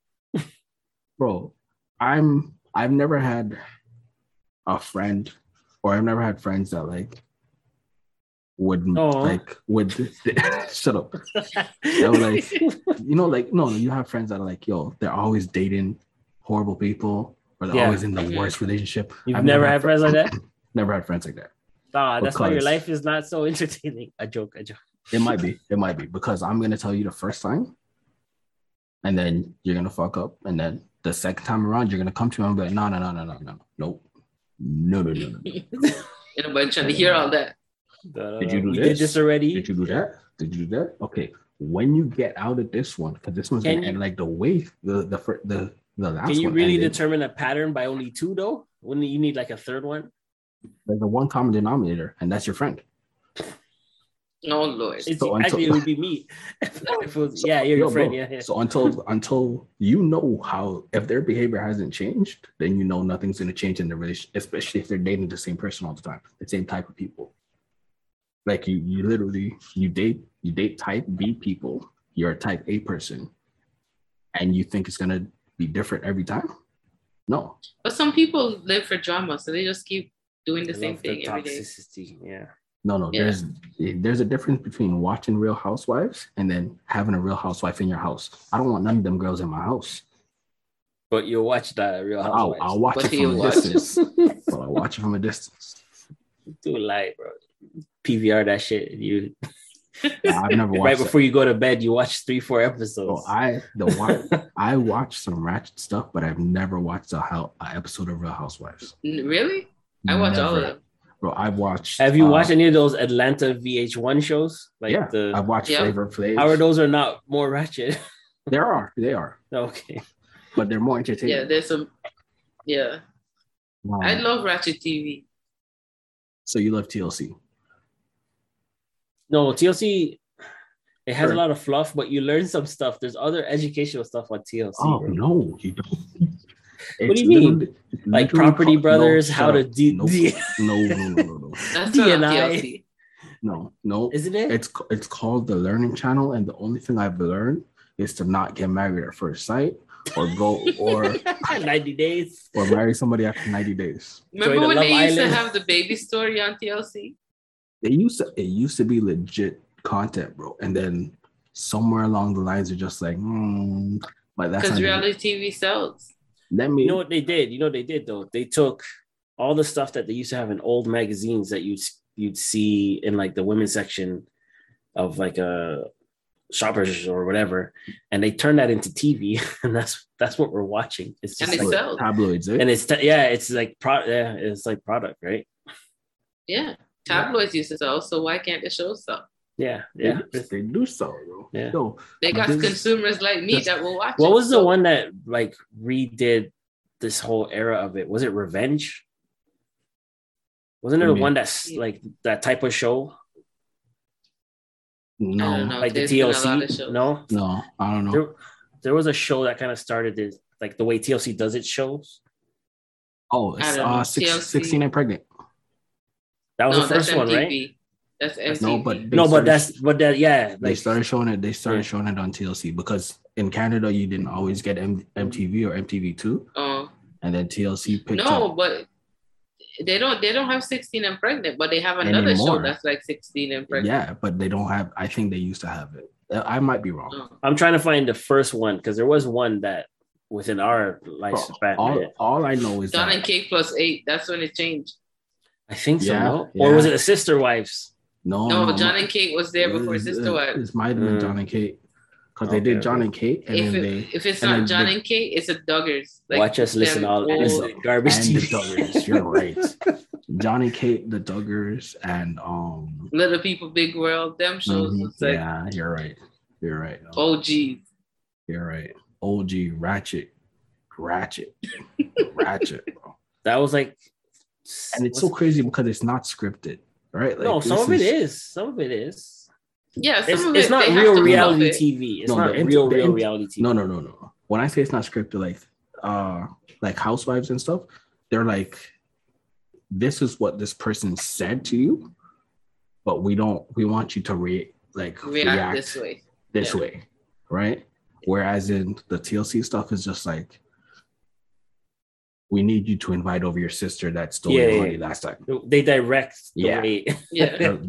A: bro i'm i've never had a friend or i've never had friends that like would
E: Aw.
A: like would shut up Yo, like, you know like no you have friends that are like yo they're always dating horrible people or they're
E: Yeah.
A: always in the
C: Mhm.
A: worst relationship
E: You've never had friends like that?
A: never had friends like that
E: Nah, that's why your
A: Because-
E: life is not so entertaining. A joke, a joke.
A: it might be it might be because i'm gonna tell you the first time and then you're gonna fuck up and then the second time around you're gonna come to me and be like no no no no no no nope no no no no
C: Anybody trying to hear all that?
E: Duh,
A: Did you do
E: we did
A: this?
E: this already.
A: Did you do that? Did you do that? Okay. When you get out of this one, because this one's
E: Can
A: gonna
E: you-
A: end like the way the the fir- the the last
E: Can you
A: one
E: really
A: ended.
E: determine a pattern by only two though? Wouldn't you need like a third one?
A: There's a one common denominator, and that's your friend.
C: No, Oh, Lord.
E: It's
A: So
E: actually it
A: until-
E: would be me. If it was-
A: So-
E: yeah, you're your
A: yo,
E: friend.
A: bro,
E: Yeah, yeah.
A: So until until you know how if their behavior hasn't changed, then you know nothing's gonna change in the relationship, especially if they're dating the same person all the time, the same type of people. Like you, you literally you date you date type B people, you're a type A person, and you think it's gonna be different every time. No,
C: But some people live for drama, so they just keep doing the
E: I
C: same
E: love the
C: thing every day.
E: toxicity. Yeah.
A: No, no,
C: Yeah.
A: there's there's a difference between watching Real Housewives and then having a Real Housewife in your house. I don't want none of them girls in my house.
E: But you'll watch the Real
A: I'll,
E: Housewives.
A: I'll watch
C: What
A: it
C: do you
A: from a
C: watch?
A: distance. but I'll watch it from a distance.
E: do light, bro. PVR that shit. You
A: Nah, I've never watched
E: right
A: that.
E: before you go to bed, you watch three, four episodes.
A: So I the wa- I watch some ratchet stuff, but I've never watched a, hou- a episode of Real Housewives.
C: N- Really? I watch all of
A: Never.
C: them.
A: Bro, I've watched.
E: Have you
A: uh,
E: watched any of those Atlanta VH1 shows? Like
A: yeah,
E: the
A: I've watched
C: Yeah.
A: Flavor Flav.
E: how are those are not more ratchet?
A: There are, they are,
E: okay.
A: but they're more
C: Yeah,
A: entertaining.
C: there's some. Yeah,
A: Um,
C: I love Ratchet TV.
A: so you love TLC?
E: No, TLC it has
A: Sure.
E: a lot of fluff, but you learn some stuff. There's other educational stuff on TLC.
A: Oh
E: bro.
A: no, you don't.
E: What do
A: It's
E: you mean?
A: literally- it's
E: Like
A: literally
E: Property
A: pro-
E: Brothers,
A: no,
E: how
A: shut
E: to
A: up.
E: de-
A: Nope.
E: de-
A: no, no, no, no, no,
C: That's not on
E: DNI.
C: TLC.
A: no, no.
E: isn't it?
A: It's ca- it's called the Learning Channel, and the only thing I've learned is to not get married at first sight, or go or
E: 90 days.
A: or marry somebody after ninety days.
C: Remember
E: Join
C: when
E: the
C: they
E: Love
C: used
E: Island.
C: to have the baby story on TLC?
A: It used to it used to be legit content, bro, and then somewhere along the lines, you're just like, hmm, but that's
C: Because
A: not
C: reality TV sells.
A: let me.
E: You know what they did? You know what they did though? They took all the stuff that they used to have in old magazines that you'd you'd see in like the women's section of like a shoppers or whatever, and they turned that into TV, and that's that's what we're watching. It's
C: And
E: just
C: it
E: like,
C: sells.
A: tabloids, eh?
E: and it's yeah, it's like pro yeah, it's like product, right?
C: Yeah, tabloids used to sell. So why can't the show sell?
E: Yeah,
A: They
E: yeah.
A: do- they do so, bro.
E: Yeah.
A: Yo,
C: They got
A: This-
C: consumers like me
A: this-
C: that will watch.
E: What
C: it.
E: was the
C: So
E: one that like redid this whole era of it? Was it Revenge? Wasn't
A: What
E: it
A: do you
E: the
A: mean?
E: one that's like that type of show?
C: I don't
A: No,
C: know.
E: like the
C: There's been a lot of
E: TLC.
C: shows.
E: No,
A: no, I don't know.
E: there, there was a show that kind of started it, like the way TLC does its shows.
A: Oh, it's
C: I don't know.
A: uh, six,
C: TLC.
A: 16 and pregnant.
E: That was
C: no,
E: the first
C: that's
E: one,
C: MTV.
E: right?
C: That's MTV.
A: No, but they
E: No, but
A: started-
E: that's but that yeah,
A: they
E: like
A: started showing it. They started
E: Yeah.
A: showing it on TLC because in Canada you didn't always get M- MTV or MTV two,
C: Oh.
A: and then TLC picked
C: no,
A: up.
C: but they don't they don't have 16 and pregnant, but they have another
A: Anymore.
C: show that's like 16 and pregnant.
A: Yeah, but they don't have. I think they used to have it. Uh, I might be wrong.
C: Oh.
E: I'm trying to find the first one because there was one that within our lifespan.
A: Oh, all,
E: yeah.
A: all I know is
C: Don and
A: that
C: Cake plus eight. That's when it changed.
E: I think so.
A: Yeah,
E: no? Or was
A: yeah.
E: it the Sister Wives?
A: no,
E: Oh
C: No,
A: no,
C: John and Kate was there before
A: it's-
C: Sister Wives.
A: It's might have been
E: Mm.
A: John and Kate because they
E: Okay,
A: did John
E: okay.
A: and Kate, and
C: If,
A: then
C: it,
A: they
C: if it's
A: and
C: not
A: then
C: John
A: the-
C: and Kate, it's a Duggars.
E: Watch us listen
C: them
E: all
A: is-
E: this
C: old-
E: garbage
A: and the
E: TV.
A: Duggars. You're right, John and Kate, the Duggars, and um,
C: Little People, Big World, them shows.
E: Mm-hmm.
A: mhm,
C: It's like Oh,
A: yeah, you're right. You're right.
C: OGs.
A: You're right. OG Ratchet, Ratchet, Ratchet, bro.
E: that was like,
A: And it's so
E: what's-
A: crazy because it's not scripted, right?
E: no.
A: this
E: Some of it is. Some of it is.
C: Yeah, some
E: It's,
C: of
E: it's
C: it,
E: not
C: they have
E: real
C: to
E: reality
C: love it.
E: TV. It's
A: No,
E: not
A: the int-
E: real
A: the
E: real
A: int-
E: reality TV.
A: No, no, no, no. When I say it's not scripted, like, uh, like housewives and stuff, they're like, this is what this person said to you, but we don't. We want you to re like
C: React, this way.
A: this
C: Yeah.
A: way, right? Whereas in the TLC stuff is just like, we need you to invite over your sister that stole
E: Yeah,
A: your
E: yeah,
A: money
E: yeah.
A: last time.
E: They direct. the
A: Yeah.
E: way-
C: Yeah.
A: They're,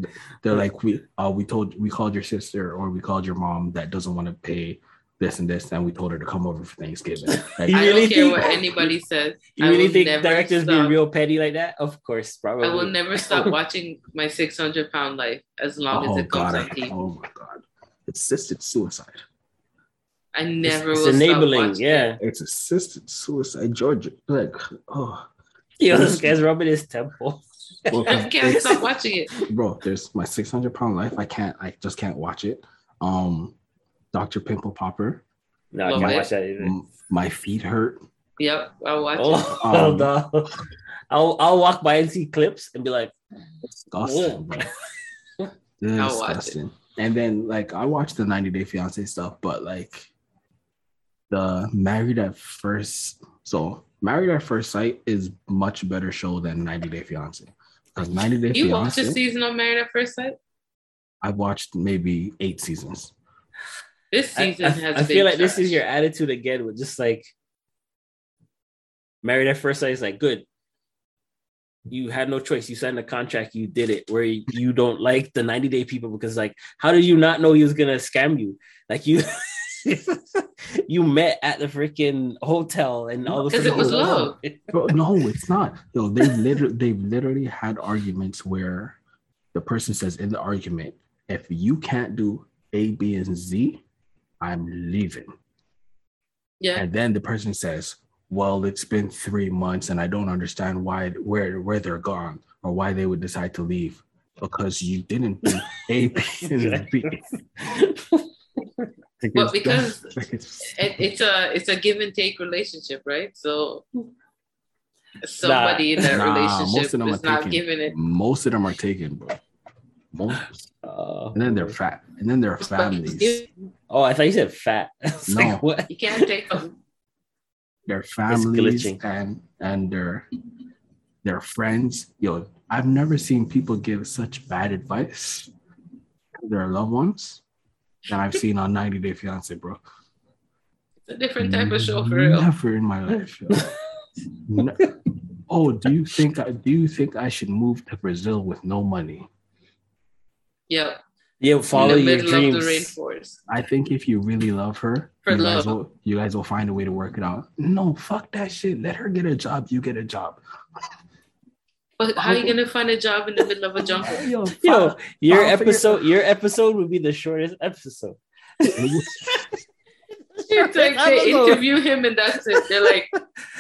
A: they're like, we uh, we told we called your sister or we called your mom that doesn't want to pay this and this, and we told her to come over for Thanksgiving. Like,
E: You
C: I
E: really
C: don't care
E: think-
C: what anybody says. I
E: you really
C: will
E: think
C: never
E: directors be
C: stop.
E: real petty like that? Of course, probably.
C: I will never stop watching my 600 pound life as long
A: oh
C: as it comes
A: god,
C: on
A: I-
C: TV.
A: oh my god, assisted suicide.
C: I
E: It's-
C: never
E: it's
C: will
E: enabling.
C: stop watching.
E: Yeah.
A: It's assisted suicide, Georgia. Like, oh,
E: Yo, this guy's rubbing his temple.
A: Well, 'cause
C: I can't
A: it's-
C: stop watching it.
A: bro there's my 600 pound life i can't i just can't watch it um dr pimple popper
E: No, I
C: Love
E: can't
C: it.
E: watch that either.
A: m- my feet hurt
C: Yep, I'll watch it.
E: Oh,
A: Um,
E: no. I'll I'll walk by and see clips and be like,
A: disgusting bro.
C: I'll watch it.
A: disgusting and then like i watched the 90 day fiance stuff but like the married at first so married at first sight is much better show than 90 day fiance because 90 day
C: You watched
A: fiance
C: the season of Married at First Sight?
A: i watched maybe eight seasons
C: This
E: I,
C: season
E: I-
C: has.
E: I
C: been
E: feel like this
C: trash.
E: is your attitude again with just like married at first sight is like good. You had no choice. You signed a contract. You did it. Where you you don't like the ninety day people because like, how did you not know he was gonna scam you? Like you, you met at the freaking hotel and all the
C: 'Cause it was love.
A: Bro, no, it's not. Yo, they literally they've literally had arguments where the person says in the argument, if you can't do A, B, and Z, I'm leaving.
C: Yeah,
A: And then the person says, Well, it's been three months and I don't understand why where where they're gone or why they would decide to leave. Because you didn't do A, B, and Z. Like,
C: Well,
A: it's-
C: because
A: like, it's-
C: it, it's a it's a give and take relationship, right? So somebody in that
A: Nah, most
C: relationship
A: of them
C: is
A: are
C: not
A: taken.
C: giving it.
A: most of them are taken, bro. Most,
E: Oh.
A: and then they're fat. And then their
C: Somebody's
A: families.
C: giving-
E: Oh, I thought you said fat. It's
A: No.
E: like, what?
C: You can't take them.
A: their families
E: glitching.
A: and and their their friends. Yo, I've never seen people give such bad advice to their loved ones than I've seen on 90 Day Fiance, bro.
C: It's a different type of show for real.
A: Never in my life. yo. Ne- oh, do you think I do you think I should move to Brazil with no money?
C: Yep.
E: Yeah, follow
C: in the
E: your
C: middle
E: dreams.
C: of the rainforest.
A: I think if you really love her,
C: For
A: you guys
C: love.
A: will you guys will find a way to work it out. No, fuck that shit. Let her get a job. You get a job.
C: But how you gonna find a job in the middle of a jungle?
A: Yo,
E: Yo, your
A: I'll figure-
E: episode, your episode would be the shortest episode.
C: It's like
E: I don't
C: they
E: know.
C: interview him and that's it. They're like,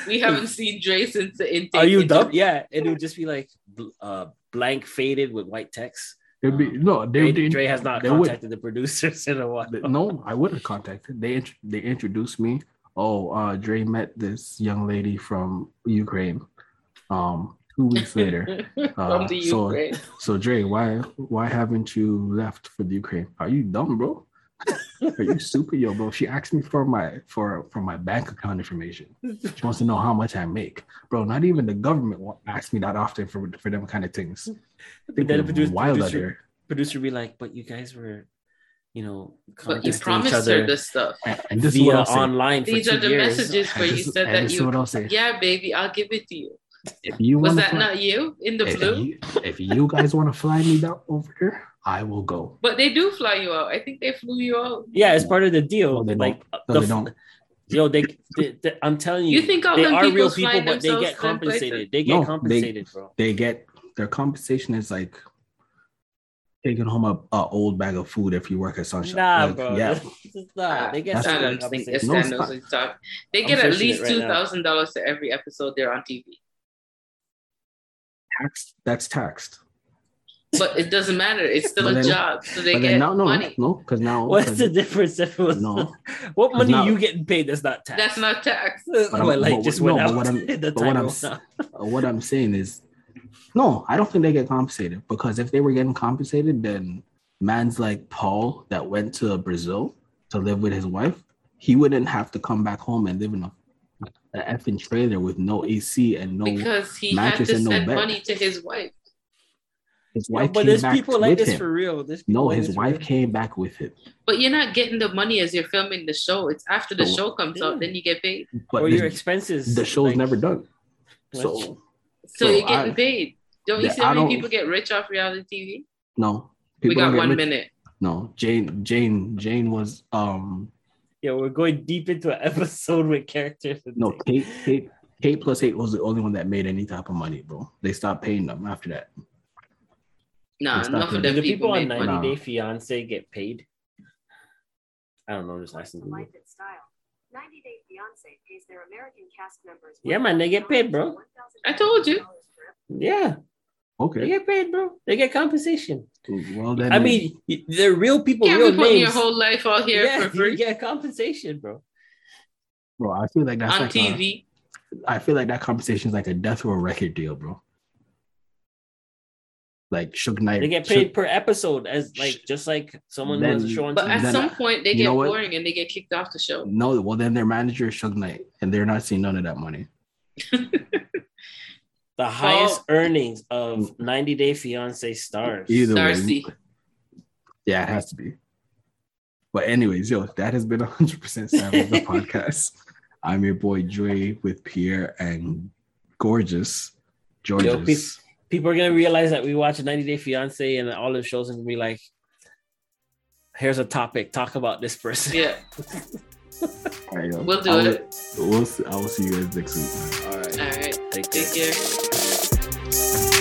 C: we haven't seen Dre since the intake.
E: Are you dumb?
C: interview."
E: Yeah, it would just be like bl- uh, blank faded with white text.
A: It'd be no. They,
E: Dre,
A: they-
E: Dre has not
A: they would-
E: contacted the producers in a while.
A: they- no, I would have contacted. They int- they introduced me. Oh, uh, Dre met this young lady from Ukraine. Um, two weeks later. Uh,
C: From the
A: so- uh,
C: Ukraine.
A: So Dre, why why haven't you left for the Ukraine? Are you dumb, bro? Are you stupid, yo, bro? She asked me for my for for my bank account information. She wants to know how much I make, bro. Not even the government wa- asks me that often for for them kind of things. I
E: But
A: think
E: then
A: i
E: the producer,
A: wild out
E: producer,
A: here.
E: producer be like, but you guys were, you know,
C: But you
E: contacting each
C: promised
E: other
C: her this stuff.
A: And, and this is what
E: via
A: I'll say.
E: online for
C: These
E: two
C: are the
E: years.
C: messages where
A: And
C: you
A: this-
C: said
A: and
C: that
A: this is
C: you,
A: what I'll say.
C: yeah, baby, I'll give it to you.
A: If you
C: Was
A: wanna
C: that
A: fly-
C: not you in the
A: if
C: blue?
A: you, if you guys want to fly me down over here, I will go.
C: But they do fly you out. I think they flew you out.
E: Yeah, it's part of the deal.
A: No, they
E: like,
A: No,
E: Uh, the
A: they
E: f-
A: don't.
E: yo, they, they, they- I'm telling you,
C: You think all
E: they
C: them
E: are
C: people
E: real
C: fly
E: people, but they
C: themselves
E: get
C: to them places?
E: compensated. They get
A: No, they-
E: compensated, bro.
A: they get their compensation is like taking home a, a old bag of food if you work at Sunshine.
E: Nah,
A: Like,
E: bro.
A: Yeah,
E: nah, they get
A: That's-
C: I
E: something
C: don't think
E: compensated.
C: it's
A: No,
C: that
A: it's not.
C: knows what you're talking. They
E: I'm
C: get at
E: searching
C: least
E: it right
C: two
E: now.
C: thousand dollars to every episode they're on TV.
A: taxed. That's taxed.
C: But it doesn't matter. It's still
A: But
C: a
A: then-
C: job, so they
A: but
C: get
A: then now, no,
C: money.
A: no, because now
E: What's
A: 'cause-
E: the difference? If it was,
A: No.
E: what money
A: Now-
E: you getting paid that's not tax?
C: That's not tax.
E: But,
A: I'm-
E: like
A: but
E: just
A: what- no, but what
E: went out
A: I'm-
E: the
A: but what
E: title.
A: I'm s- what I'm saying is, no, I don't think they get compensated because if they were getting compensated, then man's like Paul that went to Brazil to live with his wife, he wouldn't have to come back home and live in a an effing trailer with no AC and no
C: Because he had
A: mattress
C: to
A: and no
C: send
A: bed.
C: money to his wife.
A: his
E: Yo,
A: wife.
E: but
A: came
E: there's
A: back
E: people like
A: with
E: this
A: him.
E: for real. There's people
A: No,
E: like
A: his
E: this for
A: wife
E: real.
A: came back with it.
C: But you're not getting the money as you're filming the show. It's after the
A: So-
C: show comes
E: Yeah.
C: out, then you get paid.
A: But
E: or
A: the,
E: your expenses.
A: the show's
E: Oh, like,
A: never done.
E: what?
A: So
C: So,
A: So
C: you're getting
A: I-
C: paid. Don't you
A: Yeah,
C: see how
A: I
C: many
A: don't-
C: people get rich off reality TV?
A: no,
C: we
A: people don't get
C: got one
A: rich-
C: minute.
A: No, Jane, Jane, Jane was um
E: Yeah, we're going deep into an episode with characters. and
A: no
E: things.
A: Kate, Kate, Kate plus eight was the only one that made any type of money, bro. They stopped paying them after that.
C: Nah,
A: It's not
C: enough
A: good.
C: of
E: Do
C: them
E: the people
C: people
E: on
C: make money.
E: 90
A: money.
E: Day Fiance get paid? I don't know. I'm just asking. Google.
F: Life and style. 90 Day Fiance pays their American cast members.
E: Yeah, man, they get paid, bro.
C: I told you.
E: Yeah, they
A: Okay,
E: get paid, bro. They get compensation.
A: well then.
E: I mean, y- they're real people,
C: Can't
E: real
C: be putting your
E: names.
C: whole life out here
E: yeah,
C: for
E: you
C: free
E: get compensation, bro.
A: bro, I feel like that's
C: on
A: like a-
C: TV.
A: I feel like that conversation is like a death row record deal, bro. Like Suge Knight,
E: They get
A: Suge-
E: paid per episode, as like just like someone who has a
A: Then-
E: show on
C: But
E: TV.
A: I-
C: at
A: uh, Then
C: some point, they
A: you
C: get
A: know what?
C: boring and they get kicked off the show.
A: No, well then their manager is Suge Knight, and they're not seeing none of that money.
E: the highest earnings of 90 Day Fiance stars.
A: Either
C: Darcy.
A: way, yeah, it has to be. But anyways, yo, that has been 100% Savage the podcast. I'm your boy Dre with Pierre and gorgeous
E: Yo, peep.
A: Georges.
E: People are gonna realize that we watch 90 Day Fiance and all the shows and be like, "Here's a topic. Talk about this person."
C: Yeah,
A: All right, yo.
C: we'll do
A: I will-
C: it.
A: We'll, I will see you guys next week.
E: All right.
C: All right.
E: Take care.
C: Take care.